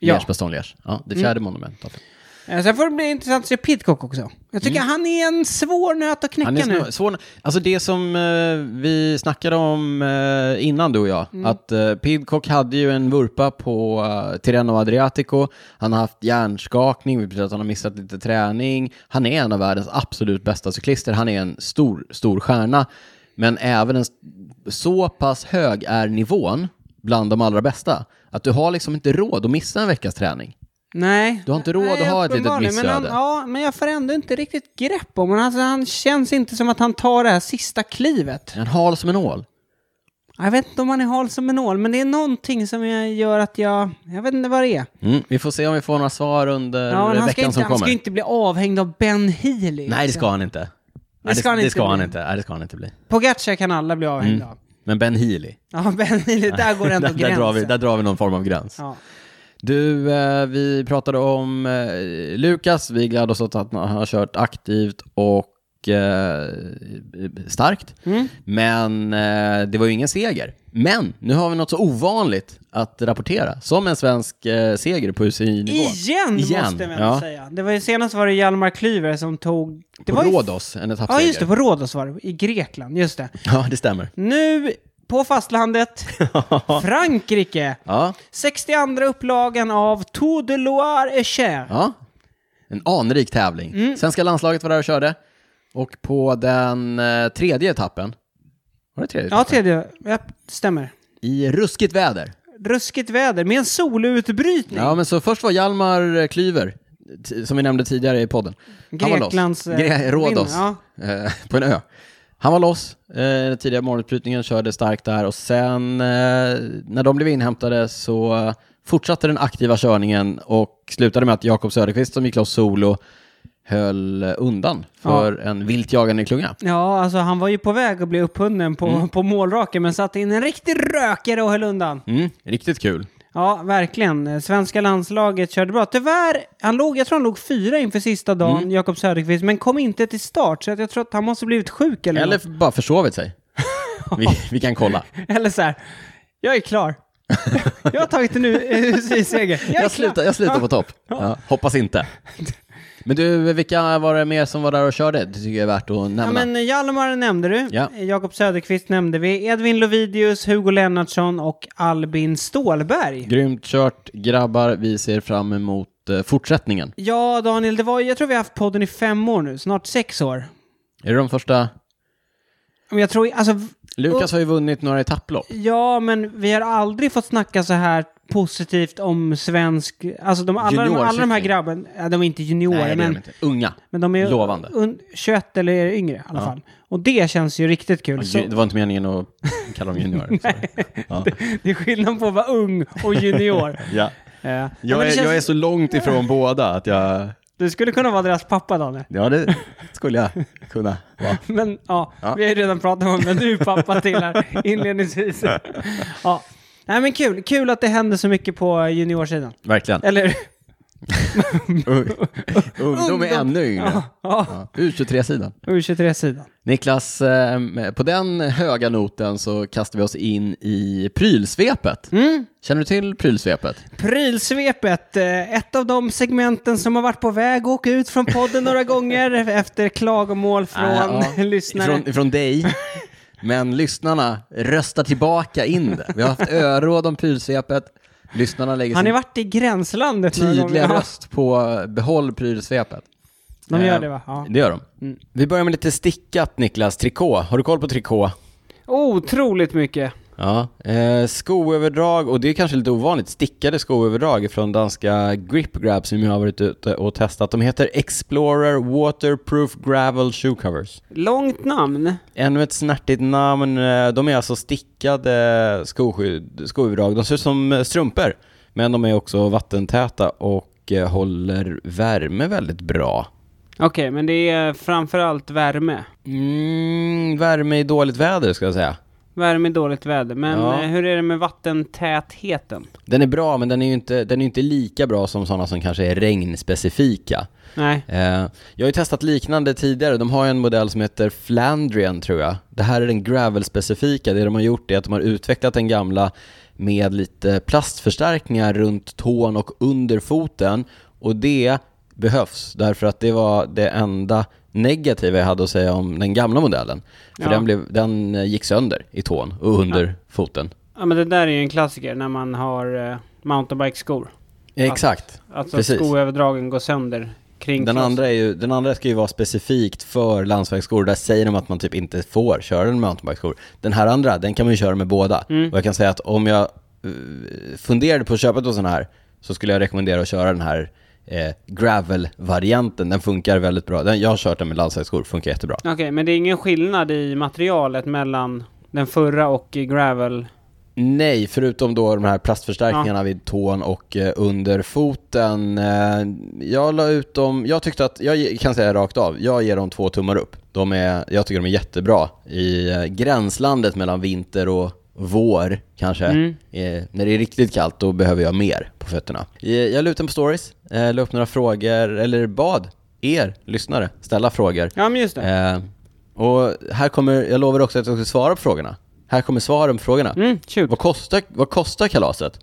S2: Ja.
S1: Liège, Bastogne, Liège. Ja, det fjärde monumentet av fem.
S2: Eh, Sen får det bli intressant att se Pidcock också. Jag tycker han är en svår nöt att knäcka
S1: Mm. Han är
S2: nu.
S1: snö- svår. Alltså det som eh, vi snackade om eh, innan du och jag,
S2: Mm.
S1: att eh, Pidcock hade ju en vurpa på eh, Tirreno Adriatico, han har haft hjärnskakning, vilket betyder att han har missat lite träning. Han är en av världens absolut bästa cyklister, han är en stor, stor stjärna. Men även en, s- så pass hög är nivån bland de allra bästa, att du har liksom inte råd att missa en veckas träning.
S2: Nej.
S1: Du har inte råd
S2: Nej,
S1: att ha ett litet
S2: uppenbarligen, Men
S1: missöde.
S2: han, ja, men jag får ändå inte riktigt grepp om honom. Alltså, han känns inte som att han tar det här sista klivet.
S1: Han hal som en ål.
S2: Jag vet inte om han är hal som en ål, men det är någonting som jag gör att jag... Jag vet inte vad det är.
S1: Mm, vi får se om vi får några svar under
S2: Ja, men han, ska
S1: veckan
S2: inte,
S1: som
S2: han
S1: kommer.
S2: ska ju inte bli avhängd av Ben Healy. liksom.
S1: Nej, det ska han inte. Nej, Det
S2: ska han
S1: det
S2: inte
S1: ska
S2: bli.
S1: han inte. Nej, det ska han inte bli.
S2: Pogacar kan alla bli avhängda av.
S1: Men Ben Healy,
S2: Ja, Ben Healy, där går ändå
S1: Mm. där, där,
S2: gränsen.
S1: drar vi, där drar vi någon form av gräns.
S2: Ja.
S1: Du, eh, vi pratade om eh, Lukas. Vi gladde oss åt att han har kört aktivt och eh, starkt.
S2: Mm.
S1: Men eh, det var ju ingen seger. Men nu har vi något så ovanligt att rapportera, som en svensk eh, seger på UCI-nivå.
S2: Igen,
S1: Igen,
S2: måste vi ändå
S1: ja.
S2: säga. Det var ju senast var det Hjalmar Klyver som tog... Det
S1: På
S2: var ju-
S1: Rhodos, en
S2: Ja,
S1: etappseger.
S2: just det. På Rhodos var det. I Grekland, just det.
S1: Ja, det stämmer.
S2: Nu på fastlandet, Frankrike.
S1: Ja,
S2: 62 upplagan av Tour de Loire et Cher.
S1: Ja, en anrik tävling. Svenska landslaget var där och körde. Och på den eh, tredje etappen, var det tredje
S2: Ja,
S1: etappen?
S2: tredje. Ja, stämmer.
S1: I ruskigt väder.
S2: Ruskigt väder med en solutbrytning.
S1: Ja, men så först var Hjalmar eh, Klyver, t- som vi nämnde tidigare i podden. Han var loss.
S2: Greklands, eh,
S1: Gre- Rhodos,
S2: vinner,
S1: eh, på en ö. Han var loss, eh, den tidiga morgonutbrytningen körde starkt där och sen eh, när de blev inhämtade så eh, fortsatte den aktiva körningen och slutade med att Jakob Söderqvist som gick loss solo höll eh, undan för en vilt jagande klunga.
S2: Ja, alltså han var ju på väg att bli upphunnen på, på målraken men satte in en riktig rökare och höll undan.
S1: Mm, riktigt kul.
S2: Ja, verkligen. Eh, Svenska landslaget körde bra. Tyvärr, han låg, jag tror han låg fyra inför sista dagen, Jakob Söderqvist, men kom inte till start. Så att jag tror att han måste blivit sjuk eller,
S1: Eller
S2: eller...
S1: f- bara försovit sig. vi, vi kan kolla.
S2: eller så här, jag är klar. jag har tagit en UCI-seger. Jag, är
S1: Jag
S2: klar.
S1: slutar, jag slutar på topp. Ja, hoppas inte. Men du, vilka var det mer som var där och körde? Det tycker jag är värt att nämna.
S2: Ja, men Hjalmar nämnde du. Eh,
S1: Ja.
S2: Jakob Söderqvist nämnde vi. Edvin Lovidius, Hugo Lennartsson och Albin Stålberg.
S1: Grymt kört grabbar, vi ser fram emot eh, fortsättningen.
S2: Ja, Daniel, det var, jag tror vi har haft podden i fem år nu, snart sex år.
S1: Är det de första?
S2: Men jag tror, alltså, v-
S1: Lukas har ju vunnit några etapplopp.
S2: ja, men vi har aldrig fått snacka så här positivt om svensk, alltså de, alla, de, alla de här
S1: Juniorcykling.
S2: grabben, ja, de är inte juniorer,
S1: Nej, det är
S2: men,
S1: de inte. Unga.
S2: men de är
S1: Lovande.
S2: un- 21 eller yngre i alla fall. Och det känns ju riktigt kul. Så,
S1: Det var inte meningen att kalla dem juniorer. sorry. ja.
S2: det är skillnad på att vara ung och junior.
S3: Ja.
S2: Eh, ja, men
S3: Jag,
S2: det
S3: är,
S2: känns-
S3: jag är så långt ifrån båda att jag...
S2: Du skulle kunna vara deras pappa, Daniel.
S3: Ja, det skulle jag kunna vara.
S2: Men ja, vi har ju redan pratat om vem du är pappa till här inledningsvis. Ja. Nej men kul, kul att det händer så mycket på juniorsidan.
S1: Verkligen.
S2: Eller
S1: Ungdom är ännu yngre.
S2: ja,
S1: U23-sidan.
S2: U23-sidan.
S1: Niklas, eh, på den höga noten så kastar vi oss in i prylsvepet.
S2: Mm.
S1: Känner du till prylsvepet?
S2: Prylsvepet, eh, ett av de segmenten som har varit på väg att åka ut från podden några gånger efter klagomål från
S1: Ah, Ja, ja.
S2: lyssnare.
S1: Ifrån, ifrån dig. Men lyssnarna röstar tillbaka in det. Vi har haft öråd om prylsvepet. Lyssnarna lägger
S2: Har ni
S1: sin
S2: varit i gränslandet några gånger?
S1: tydliga
S2: Ja,
S1: röst på eh, behåll prylsvepet.
S2: De gör
S1: Eh,
S2: det va? Ja. Mm.
S1: Det gör de. Vi börjar med lite stickat Niklas, trikå. Har du koll på trikå?
S2: Otroligt mycket.
S1: Ja. Eh, skoöverdrag, och det är kanske lite ovanligt, stickade skoöverdrag från danska Grip Grab som jag har varit ute och testat. De heter Explorer Waterproof Gravel Shoe Covers.
S2: Långt namn.
S1: Ännu ett snärtigt namn. Eh, De är alltså stickade skoskydd, skoöverdrag. De ser ut som eh, strumpor, men de är också vattentäta och eh, håller värme väldigt bra.
S2: Okej, men det är framförallt värme.
S1: Mm, värme i dåligt väder ska jag säga.
S2: Värme i dåligt väder. Men
S1: Ja.
S2: eh, hur är det med vattentätheten?
S1: Den är bra, men den är ju inte, den är ju inte lika bra som sådana som kanske är regnspecifika.
S2: Nej.
S1: Eh, jag har ju testat liknande tidigare. De har ju en modell som heter Flandrian tror jag. Det här är den gravel-specifika. Det de har gjort är att de har utvecklat den gamla med lite plastförstärkningar runt tån och under foten. Och det behövs, därför att det var det enda negativa jag hade att säga om den gamla modellen. För
S2: Ja.
S1: den, blev, den eh, gick sönder i tån och under foten.
S2: Ja, men det där är ju en klassiker när man har eh, mountainbike-skor.
S1: Exakt.
S2: Alltså
S1: Precis.
S2: skoöverdragen går sönder kring
S1: Den
S2: kloss-
S1: andra, är ju, den andra ska ju vara specifikt för landsvägsskor. Där säger de att man typ inte får köra den med mountainbikeskor. Den här andra, den kan man ju köra med båda. Och jag kan säga att om jag eh, funderade på att köpa en sån här så skulle jag rekommendera att köra den här eh, gravel-varianten. Den funkar väldigt bra. Den, jag har kört den med landsvägsskor, funkar jättebra.
S2: Okej, men det är ingen skillnad i materialet mellan den förra och i gravel?
S1: Nej, förutom då de här plastförstärkningarna vid tån och eh, under foten. Eh, jag la ut dem, jag tyckte att, jag ge- kan säga rakt av, jag ger dem två tummar upp. De är, jag tycker de är jättebra i eh, gränslandet mellan vinter och vår kanske.
S2: Mm.
S1: Eh, när det är riktigt kallt då behöver jag mer på fötterna. Eh, jag la ut den på stories, eh, la upp några frågor, eller bad er lyssnare ställa frågor.
S2: Ja, men just det.
S1: Eh, och här kommer, jag lovar också att jag ska svara på frågorna. Här kommer svaren på frågorna.
S2: Mm, shoot.
S1: Vad kostar, vad kostar kalaset?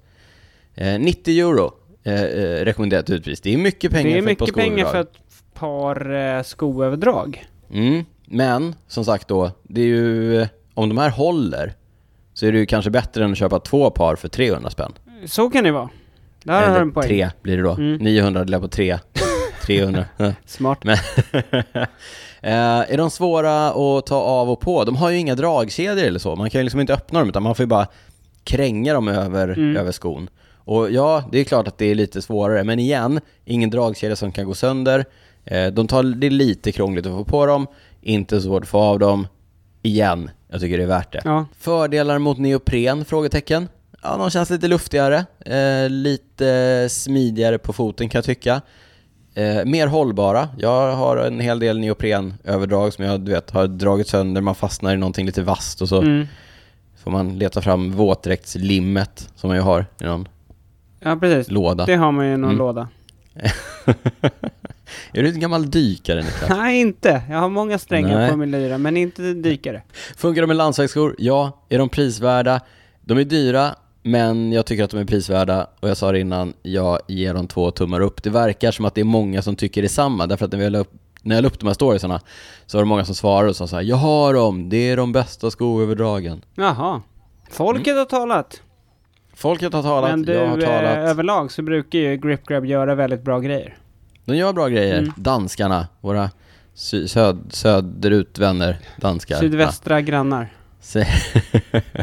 S1: Eh, 90 euro eh, eh, rekommenderat utpris. Det är mycket pengar
S2: Det är
S1: för ett par
S2: mycket pengar
S1: skoöverdrag.
S2: för ett par eh, skoöverdrag.
S1: Mm. Men som sagt då, det är ju, eh, om de här håller så är det ju kanske bättre än att köpa två par för 300 spänn.
S2: Så kan det vara. Där har du en poäng.
S1: tre
S2: Mm.
S1: blir det då. 900 delat på tre. 300. Ja.
S2: Smart.
S1: Men eh, är de svåra att ta av och på? De har ju inga dragkedjor eller så. Man kan ju liksom inte öppna dem utan man får ju bara kränga dem över, över skon. Och ja, det är klart att det är lite svårare. Men igen, ingen dragkedja som kan gå sönder. Eh, de tar, det är lite krångligt att få på dem. Inte så svårt att få av dem. Igen, jag tycker det är värt det.
S2: Ja.
S1: Fördelar mot neopren? Frågetecken. Ja, de känns lite luftigare, eh, lite smidigare på foten kan jag tycka. Eh, mer hållbara. Jag har en hel del neoprenöverdrag som jag du vet, har dragit sönder, man fastnar i någonting lite vasst och så
S2: Mm.
S1: får man leta fram våtdräktslimmet som jag ju har i någon
S2: Ja, precis.
S1: låda.
S2: Det har man ju i någon
S1: Mm.
S2: låda.
S1: Är du en gammal dykare Niklas?
S2: Nej, inte. Jag har många strängar
S1: Nej.
S2: på min lyra, men inte dykare.
S1: Funkar de med landsvägsskor? Ja. Är de prisvärda? De är dyra, men jag tycker att de är prisvärda. Och jag sa det innan, jag ger dem två tummar upp. Det verkar som att det är många som tycker detsamma. Därför att när, vi la upp, när jag la upp de här storiesarna så var det många som svarade och sa så här, jag har dem, det är de bästa skoöverdragen.
S2: Jaha. Folket har talat.
S1: Folket har Mm. talat,
S2: men du,
S1: jag har talat.
S2: eh, överlag så brukar ju Grip Grab göra väldigt bra grejer.
S1: De gör bra grejer,
S2: mm.
S1: danskarna. Våra sy- söd, söderutvänner, danskar.
S2: Sydvästra grannar.
S1: Se-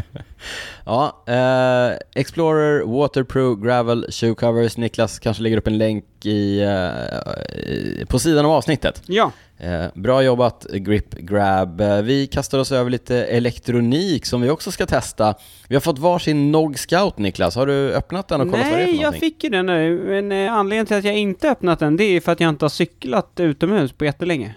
S1: ja, eh, Explorer Waterproof Gravel Shoe Covers. Niklas kanske lägger upp en länk i, eh, i, på sidan av avsnittet.
S2: Ja.
S1: Eh, bra jobbat Grip Grab. Eh, vi kastar oss över lite elektronik som vi också ska testa. Vi har fått varsin Nog Scout Niklas. Har du öppnat den och kollat vad det är för
S2: Nej, jag
S1: någonting?
S2: fick ju den nu. Men eh, anledningen till att jag inte öppnat den, det är för att jag inte har cyklat utomhus på jättelänge.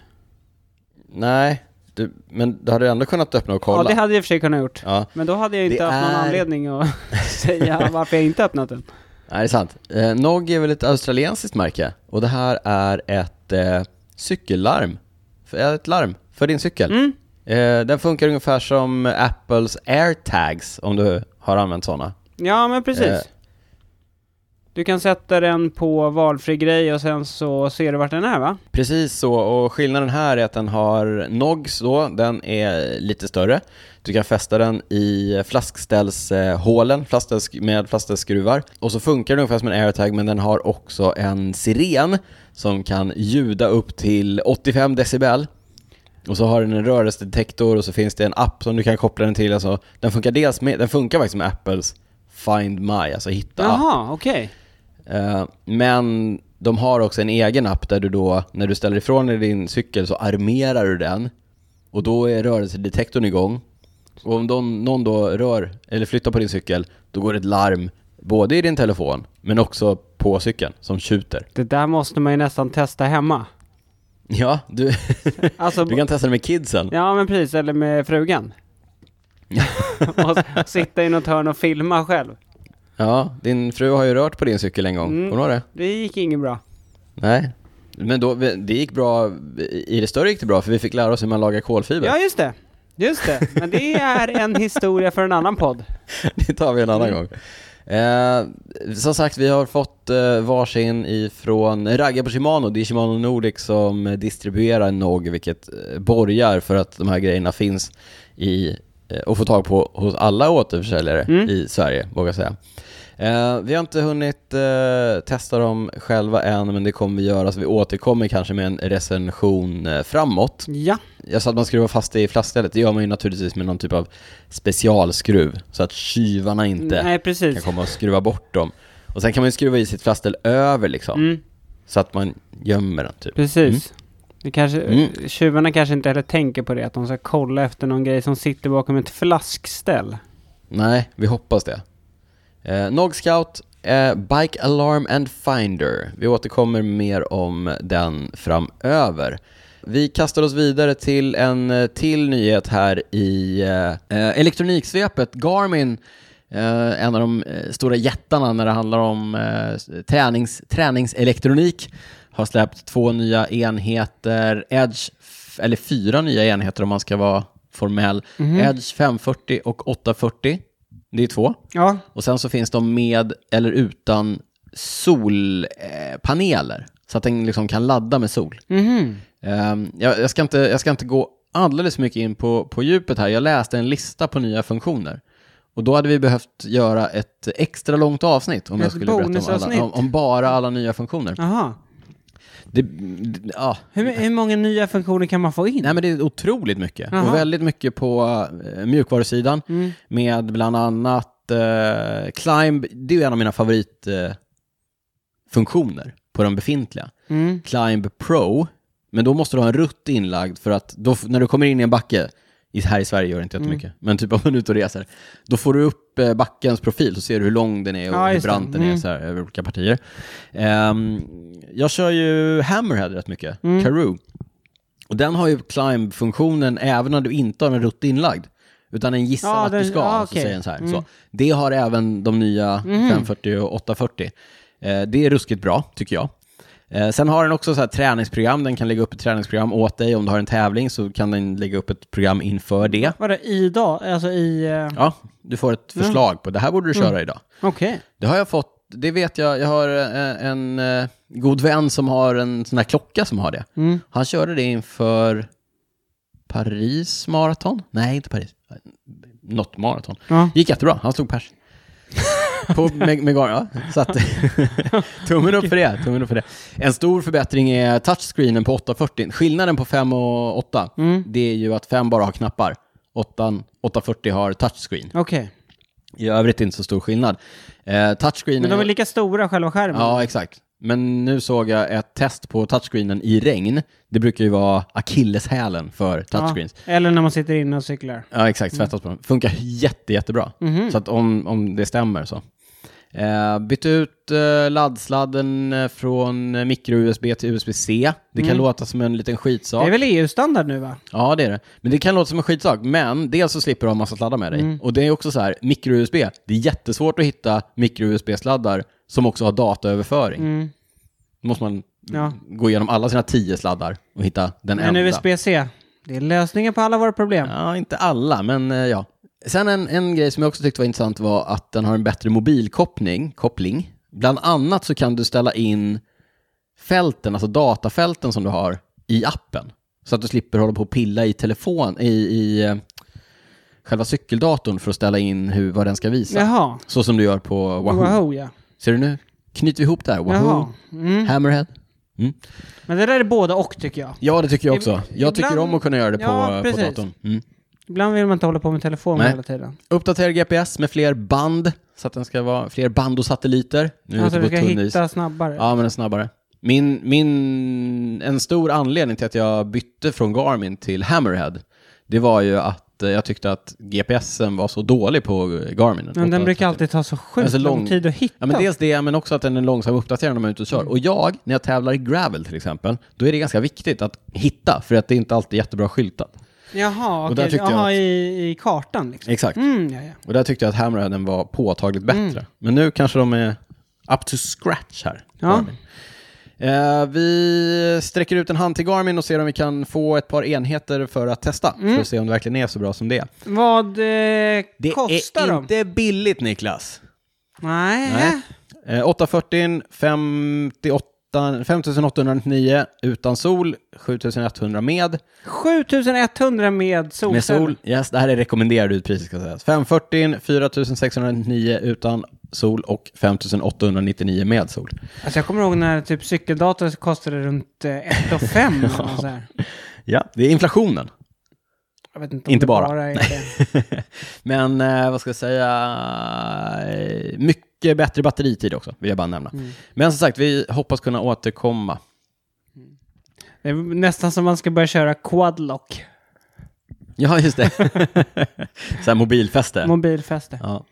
S1: Nej, du, men du hade ändå kunnat öppna och kolla.
S2: Ja, det hade jag i och för sig kunnat gjort.
S1: Ja.
S2: Men då hade jag inte
S1: Det
S2: haft någon
S1: är-
S2: anledning att säga varför jag inte öppnat den.
S1: Nej, det är sant. Eh, Nog är väl ett australiensiskt märke och det här är ett eh, cykellarm. F- eh, Ett larm för din cykel.
S2: Mm.
S1: Eh, den funkar ungefär som Apples airtags om du har använt sådana.
S2: Ja, men precis.
S1: Eh.
S2: Du kan sätta den på valfri grej och sen så ser du vart den är va?
S1: Precis så, och skillnaden här är att den har Nogs då, den är lite större. Du kan fästa den i flaskställshålen flaskställs, med flaskställsskruvar. Och så funkar den ungefär som en airtag, men den har också en siren som kan ljuda upp till 85 decibel. Och så har den en rörelsedetektor och så finns det en app som du kan koppla den till. Alltså, den, funkar dels med, den funkar faktiskt med Apples Find My, alltså hitta app.
S2: Jaha, okej.
S1: Eh, men de har också en egen app där du då, när du ställer ifrån dig din cykel så armerar du den och då är rörelsedetektorn igång. Och om de, någon då rör eller flyttar på din cykel, då går det ett larm både i din telefon men också på cykeln som tjuter.
S2: Det där måste man ju nästan testa hemma.
S1: Ja, du,
S2: Alltså,
S1: du kan testa det med kidsen.
S2: Ja, men precis. Eller med frugan. och s- sitta i något hörn och filma själv.
S1: Ja, din fru har ju rört på din cykel en gång.
S2: Mm.
S1: Kommer du ihåg det?
S2: Det gick inget bra.
S1: Nej. Men då, det gick bra, i det större gick det bra för vi fick lära oss hur man lagar kolfiber.
S2: Ja, just det. Just det. Men det är en historia för en annan podd.
S1: Det tar vi en annan gång. Eh, som sagt, vi har fått eh, varsin ifrån Ragge på Shimano. Det är Shimano Nordic som distribuerar NOG, vilket eh, borgar för att de här grejerna finns i, eh, och få tag på hos alla återförsäljare
S2: Mm.
S1: i Sverige, vågar jag säga. Eh, vi har inte hunnit eh, testa dem själva än, men det kommer vi göra, så vi återkommer kanske med en recension eh, framåt.
S2: Ja.
S1: Jag sa att man skruvar fast det i flaskstället, det gör man ju naturligtvis med någon typ av specialskruv så att tjuvarna inte
S2: Nej,
S1: kan
S2: precis.
S1: komma och skruva bort dem. Och sen kan man ju skruva i sitt flaskställ över liksom,
S2: Mm,
S1: så att man gömmer den typ.
S2: precis. Det kanske,
S1: Mm.
S2: Tjuvarna kanske inte heller tänker på det, att de ska kolla efter någon grej som sitter bakom ett flaskställ.
S1: Nej, vi hoppas det. Eh, Nog Scout, eh, Bike Alarm and Finder. Vi återkommer mer om den framöver. Vi kastar oss vidare till en eh, till nyhet här i eh, eh, elektroniksvepet. Garmin, eh, en av de eh, stora jättarna när det handlar om eh, tränings, träningselektronik, har släppt två nya enheter, Edge, f- eller fyra nya enheter om man ska vara formell. Edge 540 och 840, det är två.
S2: Ja.
S1: Och sen så finns de med eller utan solpaneler, så att den liksom kan ladda med sol.
S2: Mhm.
S1: Ehm, jag, jag, ska inte, jag ska inte gå alldeles för mycket in på, på djupet här. Jag läste en lista på nya funktioner. Och då hade vi behövt göra ett extra långt avsnitt om
S2: Ett
S1: jag skulle berätta om,
S2: bonusavsnitt.
S1: alla, om, om bara alla nya funktioner.
S2: Jaha.
S1: Det, det, ja.
S2: Hur, hur många nya funktioner kan man få in?
S1: Nej, men det är otroligt mycket.
S2: Jaha.
S1: Och väldigt mycket på eh, mjukvarusidan
S2: Mm.
S1: med bland annat eh, Climb. Det är ju en av mina favoritfunktioner eh, funktioner på de befintliga.
S2: Mm.
S1: Climb Pro, men då måste du ha en rutt inlagd för att då, f- när du kommer in i en backe, i, här i Sverige gör det inte
S2: Mm.
S1: jättemycket, men typ om man är ute och reser, då får du upp eh, backens profil så ser du hur lång den är och
S2: Ja,
S1: hur
S2: just det.
S1: brant den är
S2: Mm.
S1: så här, över olika partier. Ehm, jag kör ju Hammerhead rätt mycket,
S2: Mm.
S1: Karoo. Och den har ju climb-funktionen även när du inte har en rutt inlagd. Utan den gissar
S2: Ja,
S1: vart du
S2: den-
S1: ska,
S2: ja,
S1: så
S2: okej. Mm. Mhm.
S1: säger den så här. Så, det har även de nya 540 och 840. Eh, det är ruskigt bra, tycker jag. Eh, sen har den också så här träningsprogram, den kan lägga upp ett träningsprogram åt dig. Om du har en tävling så kan den lägga upp ett program inför det.
S2: Vadå, idag? Alltså i... eh,
S1: Ja, du får ett förslag på det här borde du köra
S2: Mm.
S1: idag.
S2: Okej.
S1: Det har jag fått, det vet jag, jag har eh, en eh, god vän som har en sån här klocka som har det.
S2: Mm.
S1: Han körde det inför Paris maraton? Nej, inte Paris. Något maraton.
S2: Ja.
S1: Gick jättebra, han slog pers. På, med, med gar- ja. Så att, tummen upp för det, tummen upp för det. En stor förbättring är touchscreenen på 840. Skillnaden på 5 och 8,
S2: Mm.
S1: det är ju att 5 bara har knappar. 8, 840 har touchscreen.
S2: Okej.
S1: I övrigt inte så stor skillnad. Eh, touchscreenen...
S2: Men de är lika stora, själva skärmen?
S1: Ja, exakt. Men nu såg jag ett test på touchscreenen i regn. Det brukar ju vara akilleshälen för touchscreens.
S2: Ja. Mm. Eller när man sitter inne och cyklar.
S1: Ja, exakt. Svettas på dem. Funkar jätte, jättebra.
S2: Mhm.
S1: Så att om, om det stämmer så. Eh, bytt ut eh, laddsladden eh, från eh, micro-USB till USB-C. Det
S2: Mm.
S1: kan låta som en liten skitsak.
S2: Det är väl EU-standard nu va?
S1: Ja, det är det. Men det kan låta som en skitsak, men dels så slipper du ha en massa sladdar med dig.
S2: Mm.
S1: Och det är också så här, micro-USB, det är jättesvårt att hitta micro-USB-sladdar som också har dataöverföring.
S2: Mm.
S1: Då måste man
S2: Ja.
S1: gå igenom alla sina tio sladdar och hitta den
S2: Men
S1: enda.
S2: USB-C, det är lösningen på alla våra problem.
S1: Ja, inte alla, men eh, ja. Sen en, en grej som jag också tyckte var intressant var att den har en bättre mobilkoppling. Koppling. Bland annat så kan du ställa in fälten, alltså datafälten som du har i appen. Så att du slipper hålla på och pilla i telefon, i, i eh, själva cykeldatorn för att ställa in hur, vad den ska visa.
S2: Jaha,
S1: Så som du gör på Wahoo.
S2: Wahoo ja.
S1: Ser du nu? Knyter vi ihop det här. Wahoo,
S2: Jaha. Mm.
S1: Hammerhead,
S4: Mm.
S2: Men det där är både och tycker jag.
S1: Ja, det tycker jag också. Jag
S2: Ibland-
S1: tycker om att kunna göra det på,
S2: Ja,
S1: på
S2: precis.
S1: datorn. Mm.
S2: Ibland vill man inte hålla på med telefonen
S1: Nej.
S2: hela tiden.
S1: Uppdatera GPS med fler band, så att den ska vara fler band och satelliter. Nu är vi
S2: Alltså
S1: ute på
S2: vi ska
S1: tunn is.
S2: hitta snabbare.
S1: Ja, men den är snabbare. Min, min, en stor anledning till att jag bytte från Garmin till Hammerhead, det var ju att eh, jag tyckte att GPSen var så dålig på eh, Garmin.
S2: men den
S1: Åtta-
S2: brukar alltid ta så sjukt
S1: Alltså
S2: lång...
S1: lång-
S2: tid att hitta.
S1: Ja, men dels det, men också att den är långsam att uppdatera när man är ute och
S2: Mm.
S1: kör. Och jag, när jag tävlar i gravel till exempel, då är det ganska viktigt att hitta, för att det är inte alltid jättebra skyltat.
S2: Jaha,
S1: Och där
S2: okej.
S1: tyckte jag
S2: Jaha
S1: att-
S2: i, i kartan liksom.
S1: Exakt.
S2: Mm, ja, ja.
S1: Och där tyckte jag att Hammerheaden var påtagligt
S2: Mm.
S1: bättre. Men nu kanske de är up to scratch här.
S2: Ja.
S1: Garmin. Eh, vi sträcker ut en hand till Garmin och ser om vi kan få ett par enheter för att testa.
S2: Mm.
S1: För att se om det verkligen är så bra som det är.
S2: Vad eh,
S1: Det
S2: kostar
S1: är
S2: de?
S1: inte billigt Niklas.
S2: Nej.
S1: Nej. Eh, 840, 58, 5899 utan sol, 7100 med.
S2: 7100 med solceller.
S1: Med sol, yes, det här är rekommenderad utpris ska sägas. 540, 4699 utan sol och 5899 med sol.
S2: Alltså jag kommer ihåg när typ cykeldator kostade runt eh, 1 5 ja. så här.
S1: Ja, det är inflationen.
S2: Jag vet inte om
S1: Inte
S2: det bara.
S1: bara.
S2: är det.
S1: Men eh, vad ska jag säga, eh, mycket bättre batteritid också, vill jag bara nämna.
S2: Mm.
S1: Men som sagt, vi hoppas kunna återkomma.
S2: det är nästan som man ska börja köra quadlock.
S1: Ja, just det. Så här mobilfäste.
S2: Mobilfäste.
S1: ja.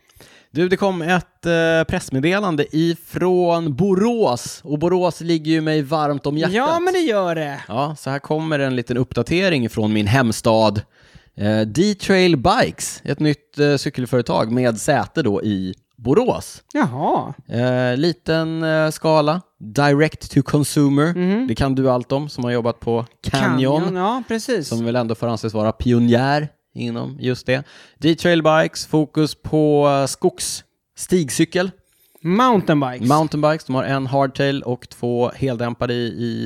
S1: Du, det kom ett eh, pressmeddelande ifrån Borås, och Borås ligger ju mig varmt om hjärtat.
S2: Ja, men det gör det.
S1: Ja, så här kommer en liten uppdatering från min hemstad. Eh, D-Trail Bikes, ett nytt eh, cykelföretag med säte då i Borås.
S2: Jaha.
S1: Eh, liten eh, skala, direct to consumer. Det kan du allt om som har jobbat på Canyon,
S2: Ja, precis.
S1: som väl ändå får anses vara pionjär inom just det. D-Trail Bikes, fokus på eh, skogsstigcykel,
S2: Mountainbikes.
S1: mountainbikes. De har en hardtail och två heldämpade i,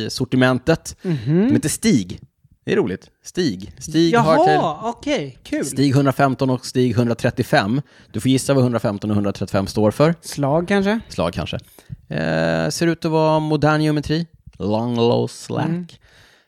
S1: i sortimentet. De heter Stig. Det är roligt. Stig. Stig hardtail.
S2: Jaha, okej. Kul.
S1: Stig 115 och Stig 135. Du får gissa vad 115 och 135 står för
S2: Slag kanske?
S1: slag kanske. Eh, ser ut att vara modern geometri. Long, low, slack.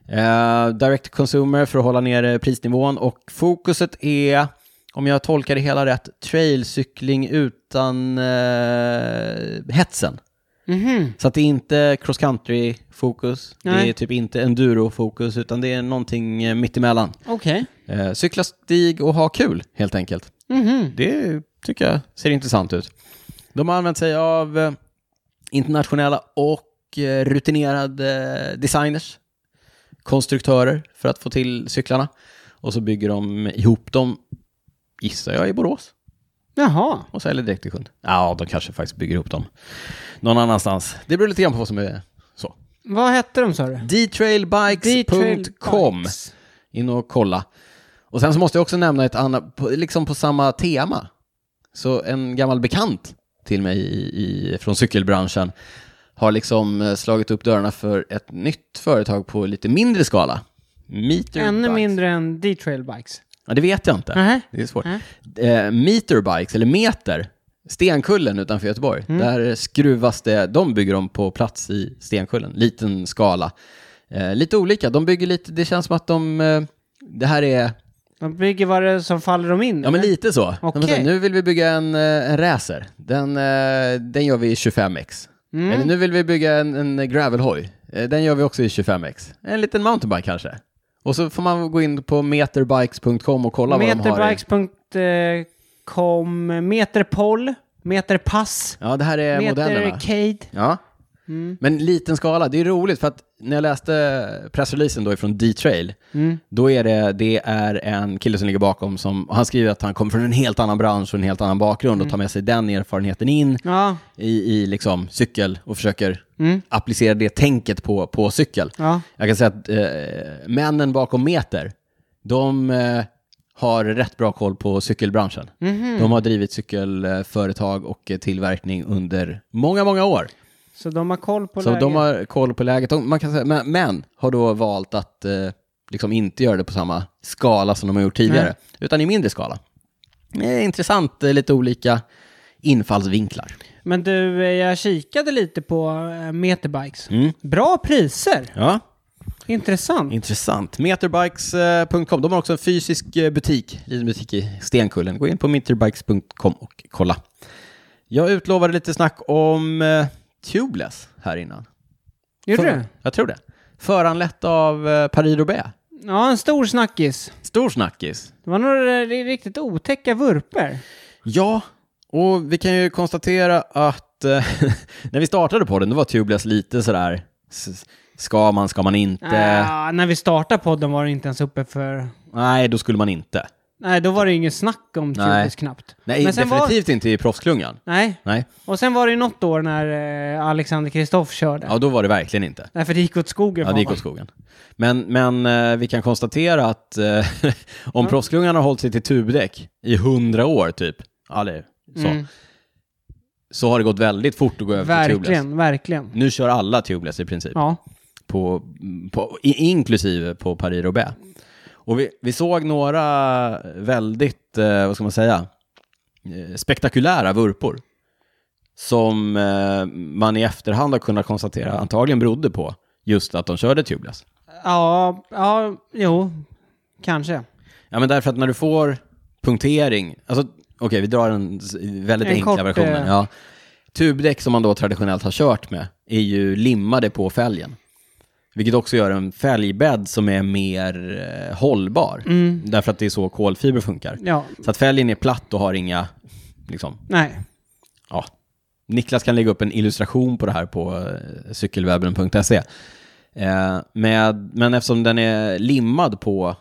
S1: Eh, direct to consumer för att hålla nere prisnivån och fokuset är, om jag tolkar det hela rätt, trailcykling utan eh, hetsen.
S2: Mhm.
S1: Så att det är inte cross country-fokus, det
S2: Nej.
S1: är typ inte enduro-fokus, utan det är någonting eh, mittemellan.
S2: Okej.
S1: Eh, cykla stig och ha kul, helt enkelt.
S2: Mhm.
S1: Det tycker jag ser intressant ut. De har använt sig av eh, internationella och eh, rutinerade designers, konstruktörer, för att få till cyklarna. Och så bygger de ihop dem, gissar jag, i Borås
S2: Jaha.
S1: och säljer direkt till kund. Ja, de kanske faktiskt bygger ihop dem någon annanstans. Det beror lite grann på vad som är så.
S2: Vad hette de sa du?
S1: dtrailbikes.com
S2: D-trailbikes.
S1: in och kolla. Och sen så måste jag också nämna ett annat, på- liksom på samma tema. Så en gammal bekant till mig i, i, från cykelbranschen har liksom eh, slagit upp dörrarna för ett nytt företag på lite mindre skala. Meter
S2: Ännu
S1: Bikes.
S2: mindre än D-trailbikes.
S1: Ja, det vet jag inte.
S2: Nej.
S1: Det är svårt.
S2: Nej.
S1: Eh, meterbikes, eller meter, Stenkullen utanför Göteborg. Där skruvas det, de bygger dem på plats i Stenkullen, liten skala. Eh, lite olika, de bygger lite, det känns som att de, eh, det här är,
S2: De bygger vad det är som faller dem in.
S1: ja men
S2: eller?
S1: lite så. De
S2: Mm. Okej.
S1: säger, nu vill vi bygga en, eh, en racer, den, eh, den gör vi i 25x. Eller nu vill vi bygga en, en gravelhoj, Eh, den gör vi också i 25x. En liten mountainbike kanske. Och så får man gå in på meterbikes.com och kolla vad de har. i-
S2: Meterbikes.com, eh, Meterpol, Meterpass,
S1: Ja, det här är modellerna.
S2: Metercade.
S1: Ja. Men liten skala, det är roligt för att när jag läste pressreleasen då ifrån D-Trail, då är det, det är en kille som ligger bakom som, och han skriver att han kommer från en helt annan bransch och en helt annan bakgrund och tar med sig den erfarenheten in
S2: Ja,
S1: i, i liksom cykel och försöker applicera det tänket på, på cykel.
S2: ja.
S1: Jag kan säga att eh, männen bakom Meter, de eh, har rätt bra koll på cykelbranschen. De har drivit cykelföretag och eh, tillverkning under många, många år.
S2: Så de har koll på
S1: Så
S2: läget.
S1: de har koll på läget. De, man kan säga, men, men har då valt att eh, liksom inte göra det på samma skala som de har gjort tidigare, utan i mindre skala. Det är intressant, eh, lite olika
S5: infallsvinklar.
S2: Men du, eh, jag kikade lite på eh, meterbikes.
S1: Mm.
S2: Bra priser!
S1: Ja,
S2: Intressant.
S1: intressant. Meterbikes.com. De har också en fysisk eh, butik, liten butik i Stenkullen. Gå in på meterbikes.com och kolla. Jag utlovade lite snack om eh, tubeless här innan.
S2: Gjorde
S1: För-
S2: du?
S1: Jag tror det. Föranlett av eh, Paris Roubaix.
S2: Ja, en stor snackis.
S1: Stor snackis.
S2: Det var några eh, riktigt otäcka vurper.
S1: Ja, och vi kan ju konstatera att eh, när vi startade på den, då var tubeless lite sådär, s- ska man, ska man inte?
S2: Ah, när vi startade podden var det inte ens uppe för...
S1: Nej, då skulle man inte.
S2: Nej, då var det ju inget snack om
S1: Nej.
S2: tubeless knappt.
S1: Nej,
S2: Men sen var-
S1: definitivt inte i proffsklungan.
S2: Nej,
S1: Nej,
S2: och sen var det ju något år när eh, Alexander Kristoff körde.
S1: ja då var det verkligen inte.
S2: Nej, för det gick åt skogen.
S1: Ja, det gick åt skogen. Men, men eh, vi kan konstatera att eh, om proffsklungan har hållit sig till tubdäck i hundra år typ, ja, det är så,
S2: Mm.
S1: så har det gått väldigt fort att gå över till tubeless.
S2: Verkligen, verkligen.
S1: Nu kör alla tubeless i princip.
S2: Ja.
S1: på, på, i- inklusive på Paris Roubaix. Och vi, vi såg några väldigt, eh, vad ska man säga, eh, spektakulära vurpor. Som eh, man i efterhand har kunnat konstatera antagligen berodde på just att de körde tubeless.
S2: Ja, ja, jo, kanske.
S1: Ja men därför att när du får punktering, alltså okej vi drar den s- väldigt
S2: En
S1: enkla
S2: kort,
S1: versionen.
S2: eh,
S1: Ja. Tubdäck som man då traditionellt har kört med är ju limmade på fälgen. Vilket också gör en fälgbädd som är mer eh, hållbar.
S2: Mm.
S1: Därför att det är så kolfiber funkar.
S2: Ja,
S1: Så att fälgen är platt och har inga, liksom,
S2: nej.
S1: ja. Niklas kan lägga upp en illustration på det här på eh, cykelwebben.se. Eh, med, men eftersom den är limmad på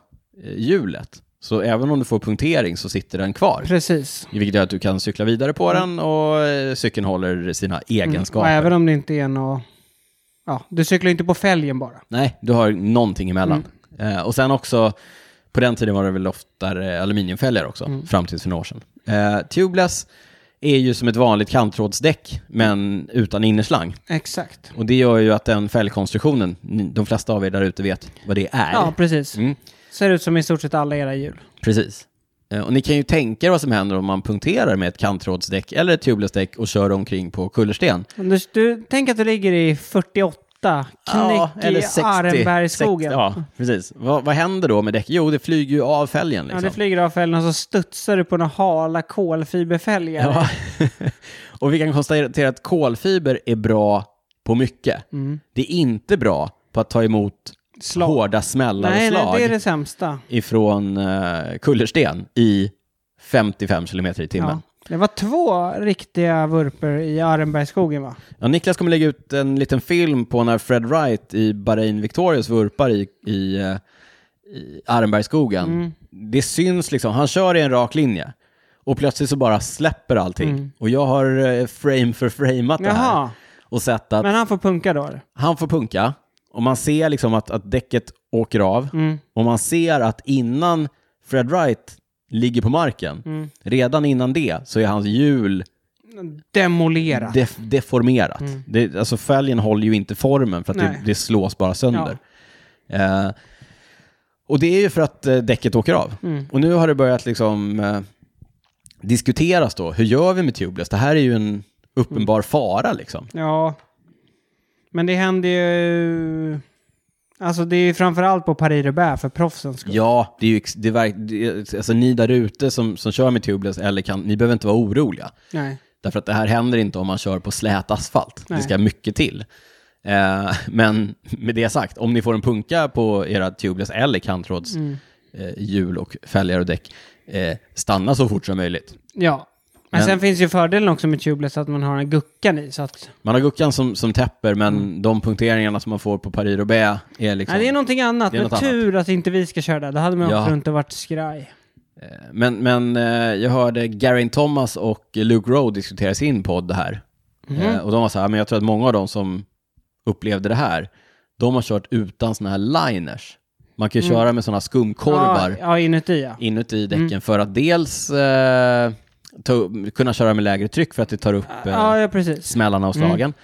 S1: eh, hjulet, så även om du får punktering så sitter den kvar.
S2: Precis.
S1: Vilket gör att du kan cykla vidare på den och eh, cykeln håller sina
S2: Mm. Och
S1: egenskaper.
S2: även om det inte är något... Ja, du cyklar ju inte på fälgen bara.
S1: Nej, du har någonting emellan. Eh, och sen också, på den tiden var det väl oftare aluminiumfälgar också, fram till för några år sedan. Eh, tubeless är ju som ett vanligt kanttrådsdäck, men utan innerslang.
S2: Exakt.
S1: Och det gör ju att den fälgkonstruktionen, ni- de flesta av er där ute vet vad det är.
S2: Ja, precis.
S1: Mm.
S2: Ser ut som i stort sett alla era hjul.
S1: Precis. Eh, Och ni kan ju tänka er vad som händer om man punkterar med ett kanttrådsdäck eller ett tubelessdäck och kör omkring på kullersten.
S2: Anders, du, tänk att du ligger i 48
S1: Ja,
S2: knyck i Arenbergsskogen.
S1: 60, ja, precis. Vad, vad händer då med däck? Jo, det flyger ju av fälgen
S2: Ja,
S1: liksom.
S2: det flyger av fälgen och så studsar du på några hala kolfiberfälgar.
S1: Ja. och vi kan konstatera att kolfiber är bra på mycket. Det är inte bra på att ta emot
S2: Mm. Slag.
S1: hårda smällar
S2: nej,
S1: och slag
S2: nej, det är det sämsta.
S1: ifrån eh, kullersten i 55 km i timmen.
S2: Ja. Det var två riktiga vurper i Arenbergsskogen, va?
S1: Ja, Niklas kommer lägga ut en liten film på när Fred Wright i Bahrain Victorious vurpar i, i, eh, i Arenbergsskogen.
S2: Mm.
S1: Det syns liksom, han kör i en rak linje och plötsligt så bara släpper allting. Och jag har eh, frame för frameat det här
S2: Mm. Jaha.
S1: och sett att
S2: Men han får punka då, eller?
S1: han får punka och man ser liksom att, att däcket åker av
S2: Mm.
S1: och man ser att innan Fred Wright ligger på marken, redan innan det så är hans hjul
S2: Demolera.
S1: def- deformerat. Det, alltså fälgen håller ju inte formen för att det,
S2: Nej.
S1: det slås bara sönder. Eh, och det är ju för att eh, däcket åker av. Och nu har det börjat liksom eh, diskuteras då, hur gör vi med tubeless? Det här är ju en uppenbar fara liksom.
S2: Ja. Men det händer ju... Alltså det är ju framförallt på Paris Roubaix för proffsens skull.
S1: Ja, det är ju, ex- det är verk, det är, alltså ni där ute som, som kör med tubeless, eller kan, ni behöver inte vara oroliga.
S2: Nej.
S1: Därför att det här händer inte om man kör på slät asfalt.
S2: Nej.
S1: Det ska mycket till. Eh, men med det sagt, om ni får en punka på era tubeless eller kantråds
S2: Mm.
S1: eh, hjul och fälgar och däck, eh, stanna så fort som möjligt.
S2: Ja. Men,
S1: Men-
S2: sen finns ju fördelen också med tubeless att man har en guckan i. Så att...
S1: Man har guckan som, som täpper, men de punkteringarna som man får på Paris Roubaix är liksom...
S2: Nej, Mm. det är någonting annat.
S1: Det är
S2: men
S1: något
S2: tur att inte vi ska köra där. Då hade man
S1: Ja.
S2: åkt runt och varit skraj.
S1: Eh, Men, men eh, jag hörde Garin Thomas och Luke Rowe diskutera sin podd här.
S2: Mhm.
S1: Eh, Och de var så här, men jag tror att många av de som upplevde det här, de har kört utan sådana här liners. Man kan ju köra med sådana skumkorvar
S2: Mm. Ah, Ja, Mm. ja, inuti ja.
S1: inuti däcken för att dels eh, ta, upp- kunna köra med lägre tryck för att det tar upp eh,
S2: Ah, Ja, Mm. ja precis.
S1: smällarna och slagen.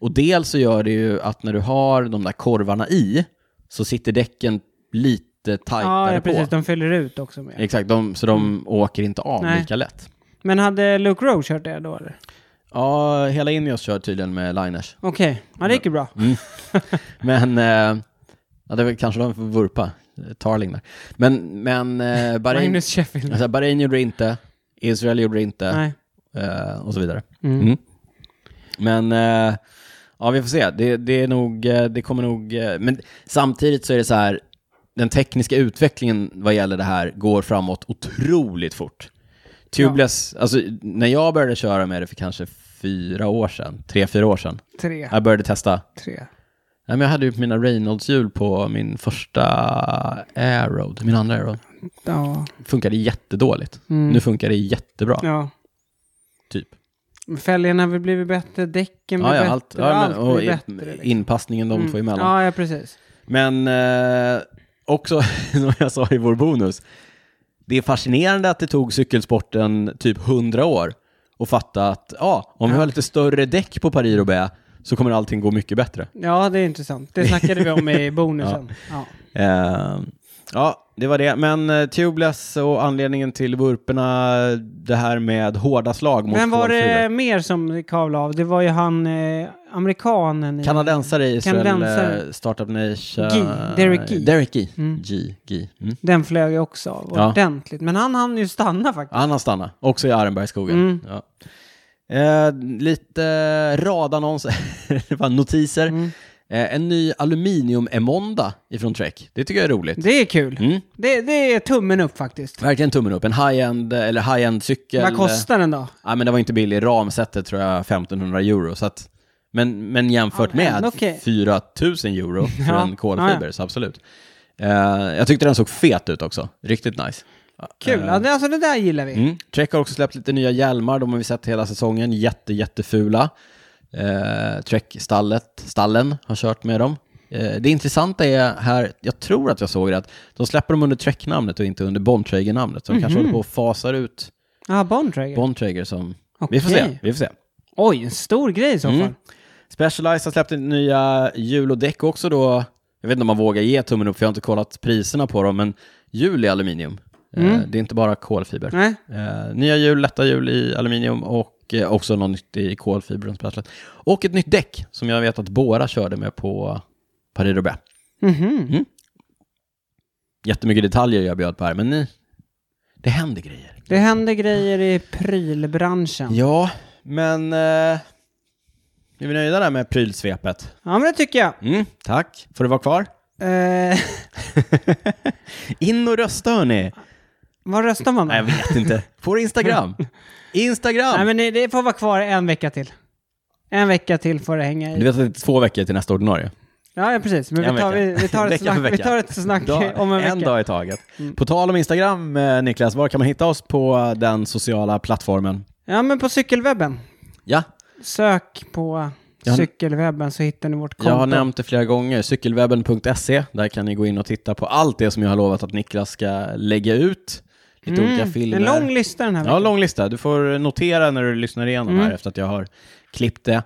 S1: Och dels så gör det ju att när du har de där korvarna i, så sitter däcken lite tajtare
S2: Ja, ja, precis.
S1: på.
S2: De fyller ut också med.
S1: Exakt, de, så de åker inte av
S2: Nej.
S1: lika lätt.
S2: Men hade Luke Rowe kört det då eller?
S1: Ja, hela Ineos kör tydligen med liners.
S2: Okej, ja, det gick ju bra.
S1: Men, eh, ja, det var kanske de får vurpa, eh, Tarling där. Men, men eh, Bahrain,
S2: Magnus Sheffield.
S1: alltså, Bahrain gjorde det inte, Israel gjorde det inte
S2: Nej.
S1: eh, och så vidare.
S2: Mm.
S1: Mm. Men, eh, ja vi får se. Det, det, är nog, eh, det kommer nog, eh, men samtidigt så är det så här, den tekniska utvecklingen vad gäller det här går framåt otroligt fort. Tubeless, alltså när jag började köra med det för kanske fyra år sedan, tre, fyra år sedan,
S2: Tre.
S1: jag började testa
S2: Tre.
S1: Nej, men jag hade ju mina Reynolds-hjul på min första Aeroad, min andra Aeroad.
S2: Ja.
S1: Funkade jättedåligt.
S2: Mm.
S1: Nu funkar det jättebra,
S2: ja.
S1: typ.
S2: Fälgarna har väl blivit bättre, däcken blir
S1: Ja, ja,
S2: bättre,
S1: allt, ja, men, och
S2: blir
S1: i-
S2: bättre. liksom.
S1: inpassningen de
S2: Mm.
S1: två emellan.
S2: Ja, ja, precis.
S1: Men eh, också, som jag sa i vår bonus, det är fascinerande att det tog cykelsporten typ 100 år och fatta att ja, om vi har lite större däck på Paris roubaix så kommer allting gå mycket bättre.
S2: Ja, det är intressant. Det snackade vi om i bonusen. ja.
S1: Eh, ja, det var det. Men eh, tubeless och anledningen till vurporna, det här med hårda slag mot
S2: Men var det
S1: kolfibrer.
S2: mer som kavlade av? Det var ju han, eh, amerikanen. i-
S1: Kanadensare i Israel,
S2: Kanadensare.
S1: eh, Startup Nation.
S2: Guy, Derek Guy.
S1: Derek Guy.
S2: Mm.
S1: G, Guy. Mm.
S2: Den flög ju också av
S1: Ja.
S2: ordentligt. Men han hann ju stanna faktiskt.
S1: Han har stannat, också i Arenbergsskogen.
S2: Mm.
S1: Ja. Eh, lite radannonser, det var notiser.
S2: Mm.
S1: Eh, en ny aluminium-Emonda ifrån Trek. Det tycker jag är roligt.
S2: Det är kul.
S1: Mm.
S2: Det, det är tummen upp faktiskt.
S1: Verkligen tummen upp. En high-end, eller high-end-cykel.
S2: Vad kostar den då?
S1: Ja, men det var inte billig. Ramsättet tror jag 1500 euro. Så att, men, men jämfört
S2: Ja,
S1: med
S2: ändå okej.
S1: 4000 euro för
S2: Ja,
S1: en kolfiber,
S2: ja, ja.
S1: så absolut. Eh, jag tyckte den såg fet ut också. Riktigt nice.
S2: Kul. Ja, det, alltså det där gillar vi.
S1: Mm. Trek har också släppt lite nya hjälmar, de har vi sett hela säsongen. Jätte, jättefula. Eh, Trek-stallet, stallen, har kört med dem. Eh, det intressanta är här, jag tror att jag såg det, att de släpper dem under Trek-namnet och inte under Bontrager-namnet. Så de kanske håller på och fasar ut
S2: Ja, Bontrager.
S1: Bontrager som... Vi får se,
S2: Okej.
S1: vi får se.
S2: Oj, en stor grej i så fall.
S1: Mm. Specialized har släppt nya hjul och däck också då. Jag vet inte om man vågar ge tummen upp, för jag har inte kollat priserna på dem, men hjul i aluminium. Eh, det är inte bara kolfiber.
S2: Nej.
S1: Eh, nya hjul, lätta hjul i aluminium och eh, också något nytt i kolfibern. speciellt. Och ett nytt däck som jag vet att Bora körde med på Paris roubaix
S2: Mhm.
S1: Jättemycket detaljer jag bjöd på här, men ni, det händer grejer.
S2: Det händer grejer i prylbranschen. Ja.
S1: Ja, men eh, är vi nöjda där med prylsvepet?
S2: men det tycker jag.
S1: Mm, tack. Får det vara kvar?
S2: Eh,
S1: In och rösta hörni!
S2: vad röstar man då?
S1: Nej, jag vet inte. På Instagram! Instagram!
S2: Nej, men det- det får vara kvar en vecka till. En vecka till får det hänga
S1: Du
S2: i.
S1: vet att det är två veckor till nästa ordinarie?
S2: Ja, ja precis. Men
S1: En
S2: vi tar,
S1: vecka.
S2: vi, vi tar ett
S1: Vecka för
S2: snack, vi
S1: vecka.
S2: tar ett snack
S1: Dag-
S2: om en vecka. Mm.
S1: dag i taget. På tal om Instagram, eh, Niklas, var kan man hitta oss på eh, den sociala plattformen?
S2: Ja, men på cykelwebben.
S1: Ja,
S2: Sök på
S1: Jag har-
S2: cykelwebben så hittar ni vårt konto.
S1: jag har nämnt det flera gånger. Cykelwebben.se, där kan ni gå in och titta på allt det som jag har lovat att Niklas ska lägga ut. Lite olika filmer.
S2: Mm, En lång lista den här
S1: Ja, Mm.
S2: veckan.
S1: lång lista. Du får notera när du lyssnar igenom här efter att jag har klippt det.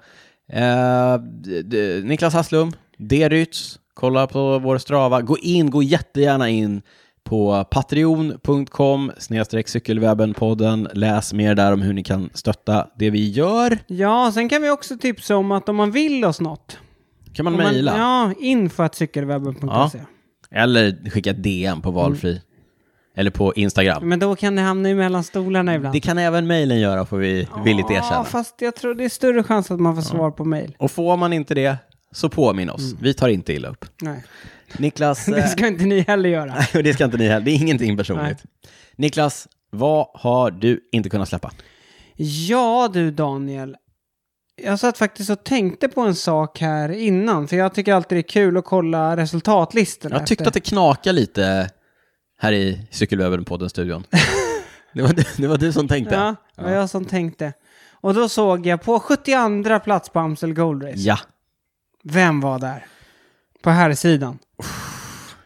S1: Eh, d- d- Niklas Hasslum, Derytz, kolla på vår Strava. Gå in, gå jättegärna in på patreon.com snedstreck cykelwebbenpodden. Läs mer där om hur ni kan stötta det vi gör.
S2: Ja, sen kan vi också tipsa om att om man vill oss något.
S1: kan man
S2: om man-
S1: mejla.
S2: Ja, info.cykelwebben.se.
S1: Eller skicka ett DM på valfri. Eller på Instagram.
S2: Men då kan det hamna i mellan stolarna ibland.
S1: Det kan även mejlen göra får vi villigt
S2: Ja,
S1: erkänna.
S2: fast jag tror det är större chans att man får svar på mejl.
S1: Och får man inte det så påminn oss. Vi tar inte illa upp.
S2: Nej,
S1: Niklas, eh,
S2: det ska inte ni heller göra.
S1: och det ska inte ni heller, det är ingenting personligt. Niklas, vad har du inte kunnat släppa?
S2: Ja du Daniel. Jag satt faktiskt och tänkte på en sak här innan, för jag tycker alltid det är kul att kolla resultatlistorna.
S1: Jag tyckte
S2: efter.
S1: att det knakade lite här i Cykelwebben-podden-studion. det, var du, det var du som tänkte.
S2: Ja, det var jag som tänkte. Och då såg jag på 72 plats på Amstel Gold Race.
S1: Ja.
S2: Vem var där? På här sidan.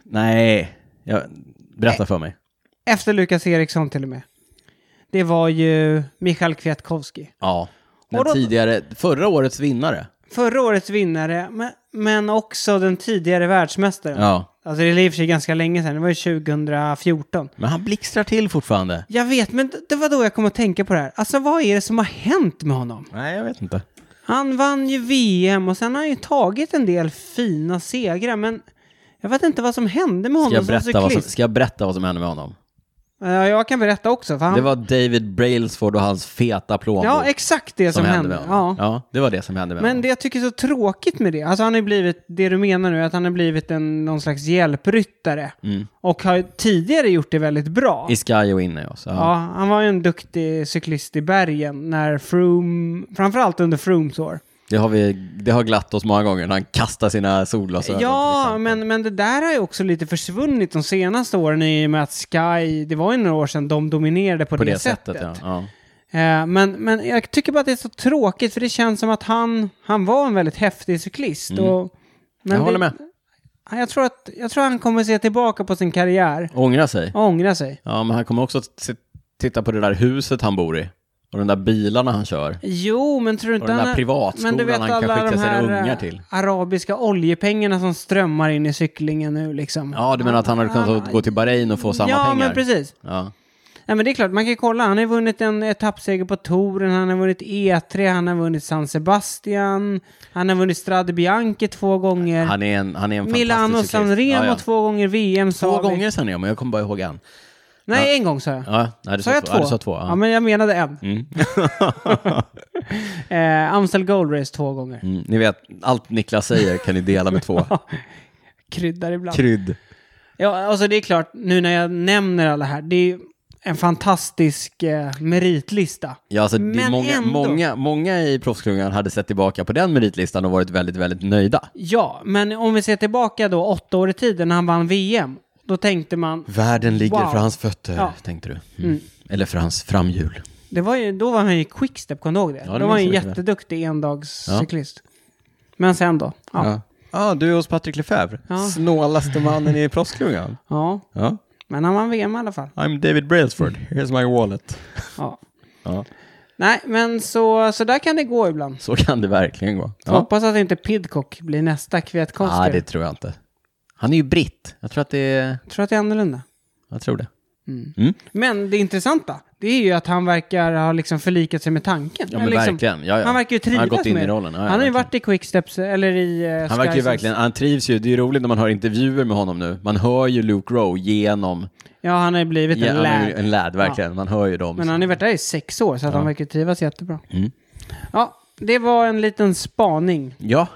S1: Nej, jag, berätta för mig.
S2: Efter Lukas Eriksson till och med. Det var ju Michail Kwiatkowski.
S1: Ja. Den
S2: Och då-
S1: tidigare, förra årets vinnare.
S2: förra årets vinnare, men, men också den tidigare världsmästaren.
S1: Ja.
S2: Alltså det är i och för sig ganska länge sedan, det var ju 2014.
S1: Men han blixtrar till fortfarande.
S2: Jag vet, men det- det var då jag kom att tänka på det här. Alltså vad är det som har hänt med honom?
S1: Nej, jag vet inte.
S2: Han vann ju VM och sen har han ju tagit en del fina segrar, men jag vet inte vad som hände med
S1: Ska jag
S2: honom som
S1: berätta vad som,
S2: cyklist.
S1: ska jag berätta vad som hände med honom?
S2: Ja, jag kan berätta också. För han...
S1: Det var David Brailsford och hans feta plånbok
S2: ja, exakt det som, hände.
S1: med honom.
S2: Ja.
S1: det var det som hände med
S2: Men
S1: honom.
S2: det jag tycker är så tråkigt med det, alltså han har ju blivit, det du menar nu, är att han har blivit en, någon slags hjälpryttare. Och har ju tidigare gjort det väldigt bra.
S1: Mm. I Sky och inne också.
S2: Ja, han var ju en duktig cyklist i bergen när Froome, framförallt under Froomes år.
S1: Det, har vi, det har glatt oss många gånger när han kastar sina liksom, solglasögon. till
S2: Ja,
S1: exempel.
S2: men, men det där har ju också lite försvunnit de senaste åren i och med att Sky, det var ju några år sedan de dominerade på,
S1: På
S2: det, sättet.
S1: Ja. Ja.
S2: Eh, men, men jag tycker bara att det är så tråkigt för det känns som att han, han var en väldigt häftig cyklist. Och,
S1: Mm.
S2: men
S1: Jag håller
S2: det,
S1: med.
S2: Ja, Jag tror, att, jag tror han kommer se tillbaka på sin karriär
S1: Ångra sig.
S2: och ångra sig.
S1: Ja, men han kommer också att se- titta på det där huset han bor i och de där bilarna han kör.
S2: Jo, men tror du
S1: Och
S2: inte
S1: den där
S2: han...
S1: privatskolan
S2: men du vet
S1: han kan
S2: alla
S1: skicka
S2: de
S1: sina
S2: här
S1: ungar
S2: eh,
S1: till.
S2: arabiska oljepengarna som strömmar in i cyklingen nu liksom.
S1: Ja, du menar att han hade kunnat gå till Bahrain och få samma
S2: Ah. ja,
S1: pengar?
S2: men precis.
S1: Ja.
S2: Nej, men det är klart, man kan ju kolla. Han har ju vunnit en etappseger på touren, han har vunnit E3, han har vunnit San Sebastian, han har vunnit Strade Bianche två gånger.
S1: Han är en, han är en fantastisk
S2: Milano
S1: cyklist.
S2: San Remo
S1: Ja, ja.
S2: två gånger VM sa
S1: Två
S2: vi.
S1: gånger sen ja, men jag kommer bara ihåg en.
S2: Nej, en gång sa jag.
S1: Ja, nej, du
S2: Sa jag två?
S1: Ja, du sa två. Ja.
S2: Ja, men jag menade en.
S1: Mm.
S2: eh, Amstel Gold Race två gånger.
S1: Mm, ni vet, allt Niklas säger kan ni dela med två.
S2: Kryddar ibland.
S1: Krydd.
S2: ja, alltså det är klart, nu när jag nämner alla här, det är en fantastisk eh, meritlista.
S1: Ja, alltså, det är
S2: Men
S1: många,
S2: ändå.
S1: många, många i proffsklungan hade sett tillbaka på den meritlistan och varit väldigt, väldigt nöjda.
S2: Ja, men om vi ser tillbaka då åtta år i tiden när han vann VM, då tänkte man,
S1: Världen ligger
S2: Wow.
S1: för hans fötter,
S2: Ja.
S1: tänkte du. Mm. Eller för hans framhjul.
S2: det var ju, då var han ju i quickstep, kommer du ihåg det?
S1: det
S2: då var han ju
S1: minns jag mycket väl.
S2: jätteduktig endagscyklist. Men sen då? Ja. ja.
S1: Ja, du är hos Patrik Lefebvre.
S2: Ja.
S1: Snålaste mannen i proffsklungan. Ja.
S2: men han vann VM i alla fall.
S1: I'm David Brailsford. Here's my wallet.
S2: Ja.
S1: Ja.
S2: Nej, men så, så där kan det gå ibland.
S1: Så kan det verkligen gå.
S2: Så Hoppas att inte Pidcock blir nästa kvetkonstnär.
S1: Nej, det tror jag inte. Han är ju britt. Jag tror att det är...
S2: tror att det är annorlunda.
S1: Jag tror det.
S2: Men det intressanta, det är ju att han verkar ha liksom förlikat sig med tanken.
S1: Ja, men
S2: Eller liksom,
S1: verkligen. Ja, ja.
S2: Han verkar ju trivas
S1: Han har gått in
S2: med
S1: i
S2: det.
S1: rollen. Ja, ja,
S2: han har
S1: verkligen.
S2: ju varit i Quicksteps, eller i eh,
S1: Han verkar ju
S2: Sky Sons.
S1: verkligen, han trivs ju. Det är ju roligt när man hör intervjuer med honom nu. Man hör ju Luke Rowe genom...
S2: Ja, han har ju blivit
S1: Ja,
S2: en
S1: han är ju
S2: lad.
S1: en lad, verkligen. Man hör ju dem.
S2: Men uh, han har ju varit där i sex år, så att han verkar ju trivas jättebra.
S1: Mm.
S2: Ja, det var en liten spaning.
S1: Ja.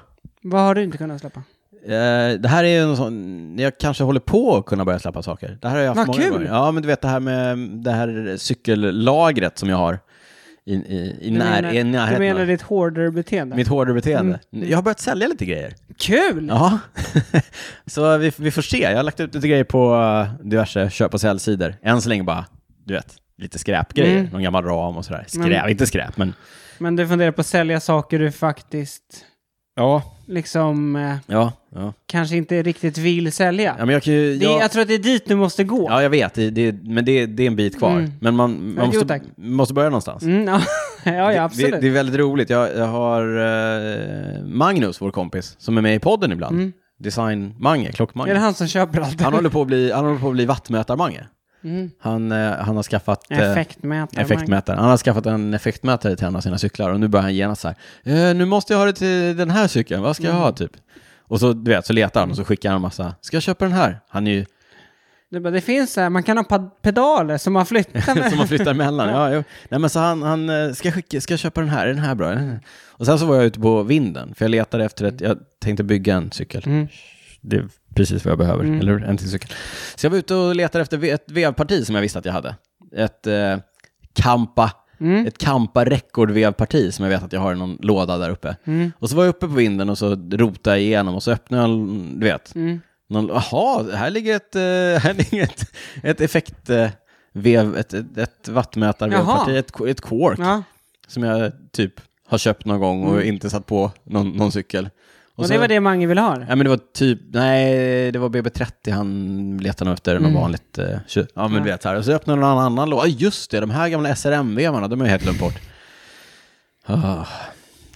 S2: Vad har du inte kunnat släppa?
S1: Eh, det här är ju en sån... Jag kanske håller på att kunna börja släppa saker. Det här har jag haft
S2: Vad
S1: många
S2: kul!
S1: gånger. Ja, men du vet det här med det här cykellagret som jag har i, i, i,
S2: Du
S1: när,
S2: menar-
S1: i närheten.
S2: Du menar Mm.
S1: av.
S2: ditt hårdare-beteende?
S1: Mitt hårdare beteende. Jag har börjat sälja lite grejer.
S2: Kul!
S1: Ja, så vi, vi får se. Jag har lagt ut lite grejer på eh, diverse köp och säljsidor. Än så länge bara, du vet, lite skräpgrejer.
S2: Mm.
S1: Någon gammal ram och sådär. Skräp,
S2: Men-
S1: inte skräp, men...
S2: Men du funderar på att sälja saker du faktiskt
S1: Ja.
S2: liksom eh,
S1: Ja, ja.
S2: kanske inte riktigt vill sälja.
S1: ja men jag kan ju...
S2: det, är-
S1: Jag,
S2: jag tror att det är dit du måste gå.
S1: ja, jag vet. Det, det, men det, det är en bit kvar.
S2: Mm.
S1: Men man,
S2: Ja,
S1: man
S2: jo,
S1: måste,
S2: tack.
S1: måste börja någonstans.
S2: Mm, ja. ja, ja, absolut.
S1: Det, det är väldigt roligt. Jag, jag har eh, Magnus, vår kompis, som är med i podden ibland. Design-Mange,
S2: Mm. Är det
S1: Klock-Mange.
S2: han som köper allt?
S1: Han håller på att bli, han håller på att bli vattmätar-Mange.
S2: Mm.
S1: Han, eh, han har skaffat... eh,
S2: Effektmätare.
S1: Effektmätare. Han har skaffat en effektmätare till en av sina cyklar och nu börjar han genast så här. "Eh, nu måste jag ha det till den här cykeln, vad ska jag ha typ? Och så, du vet, så letar han och så skickar han en massa, ska jag köpa den här? Han är ju,
S2: Du bara, det finns så här, man kan ha pa- pedaler som man flyttar med.
S1: som man flyttar emellan. Ja, jo. Nej men så han, han eh, ska, jag skicka, ska jag köpa den här, är den här bra? Och sen så var jag ute på vinden, för jag letade efter ett, jag tänkte bygga en cykel.
S2: Mm.
S1: Det är precis vad jag behöver, eller hur? En till cykel. Så jag var ute och letade efter ve- ett vevparti som jag visste att jag hade. Ett eh, Kampa,
S2: Mm.
S1: ett Kampa rekordvevparti som jag vet att jag har i någon låda där uppe.
S2: Mm.
S1: Och så var jag uppe på vinden och så rotade jag igenom och så öppnade jag, du vet,
S2: Mm.
S1: någon, aha, här ligger ett, eh, här ligger ett, ett effekt... Eh, Vev, ett, ett, ett vattmätarvevparti,
S2: Jaha.
S1: ett, ko- ett kork
S2: Ja. Mm.
S1: som jag typ har köpt någon gång och inte satt på någon, någon cykel.
S2: Och
S1: så-
S2: det var det Mange ville ha?
S1: Ja, men det var typ, nej, det var BB30 han letade nog efter,
S2: Mm.
S1: något vanligt. Eh, tju- ja, men du vet så här. Och så öppnade någon annan låda. Ja, just det, de här gamla SRM-vevarna, de har jag helt glömt bort. Ah.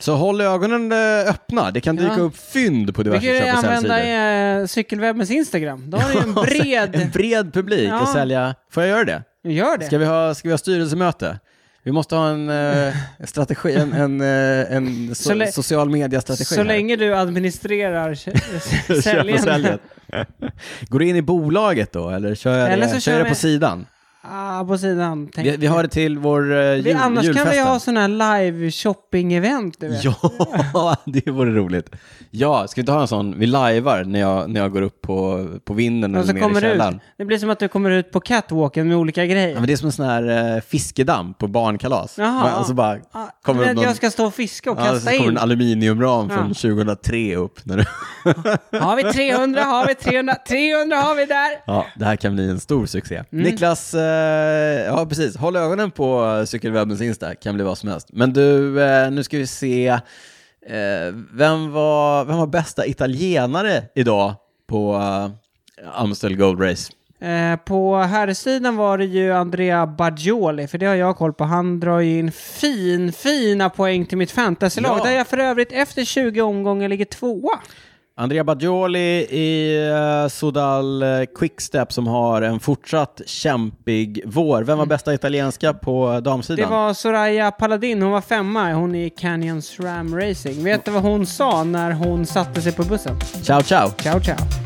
S1: Så håll ögonen eh, öppna. Det kan dyka
S2: Ja.
S1: upp fynd på
S2: Vi kan
S1: diverse
S2: ju
S1: köp och
S2: använda
S1: säljsidor.
S2: eh, cykelwebbens Instagram. Då har du ju en bred...
S1: En bred publik
S2: Ja.
S1: och sälja. Får jag göra det?
S2: Gör det.
S1: Ska vi ha, ska vi ha styrelsemöte? Vi måste ha en eh, strategi, en, en, eh, en so
S2: Så lä-
S1: social media-strategi.
S2: Så
S1: här.
S2: länge du administrerar
S1: Köp
S2: sä-
S1: och
S2: säljandet.
S1: säljet. Går du in i bolaget då, eller kör jag,
S2: Eller
S1: det,
S2: så
S1: kör
S2: kör
S1: jag
S2: vi-
S1: på sidan?
S2: Ah, på sidan. tänk.
S1: Vi, vi har det till vår eh, jul,
S2: Vi- Annars
S1: julfesten.
S2: kan vi ha sådana här live shopping-event. Du vet.
S1: Ja, det vore roligt. Ja, ska vi inte ha en sån, vi lajvar när jag, när jag går upp på, på vinden
S2: Och så
S1: eller ner i
S2: kommer du ut.
S1: källaren.
S2: Det blir som att du kommer ut på catwalken med olika grejer.
S1: Ja, men det är som en sån här eh, fiskedamm på barnkalas.
S2: Jaha,
S1: Man, och så
S2: ja.
S1: bara
S2: Ah,
S1: kommer
S2: men
S1: upp någon,
S2: Jag ska stå och fiska och
S1: ja, så
S2: kasta
S1: kommer
S2: in.
S1: en aluminiumram
S2: Ja.
S1: från 2003 upp. När du...
S2: Har vi 300? Har vi 300? 300 har vi där!
S1: ja, det här kan bli en stor succé. Niklas, eh, ja precis, håll ögonen på eh, cykelwebbens Insta, kan bli vad som helst. Men du, eh, nu ska vi se, eh, vem, var, vem var bästa italienare idag på eh, Amstel Gold Race?
S2: Eh, på herrsidan var det ju Andrea Baggioli, för det har jag koll på. Han drar ju in fin, fina poäng till mitt fantasylag,
S1: Ja.
S2: där jag för övrigt efter 20 omgångar ligger tvåa.
S1: Andrea Baggioli i uh, Sodal eh, Quickstep som har en fortsatt kämpig vår. Vem var bästa italienska på eh,
S2: Det
S1: damsidan?
S2: var Soraya Paladin, hon var femma, hon är i Canyon SRAM Racing. Vet du vad hon sa när hon satte sig på bussen?
S1: Ciao ciao!
S2: Ciao, ciao.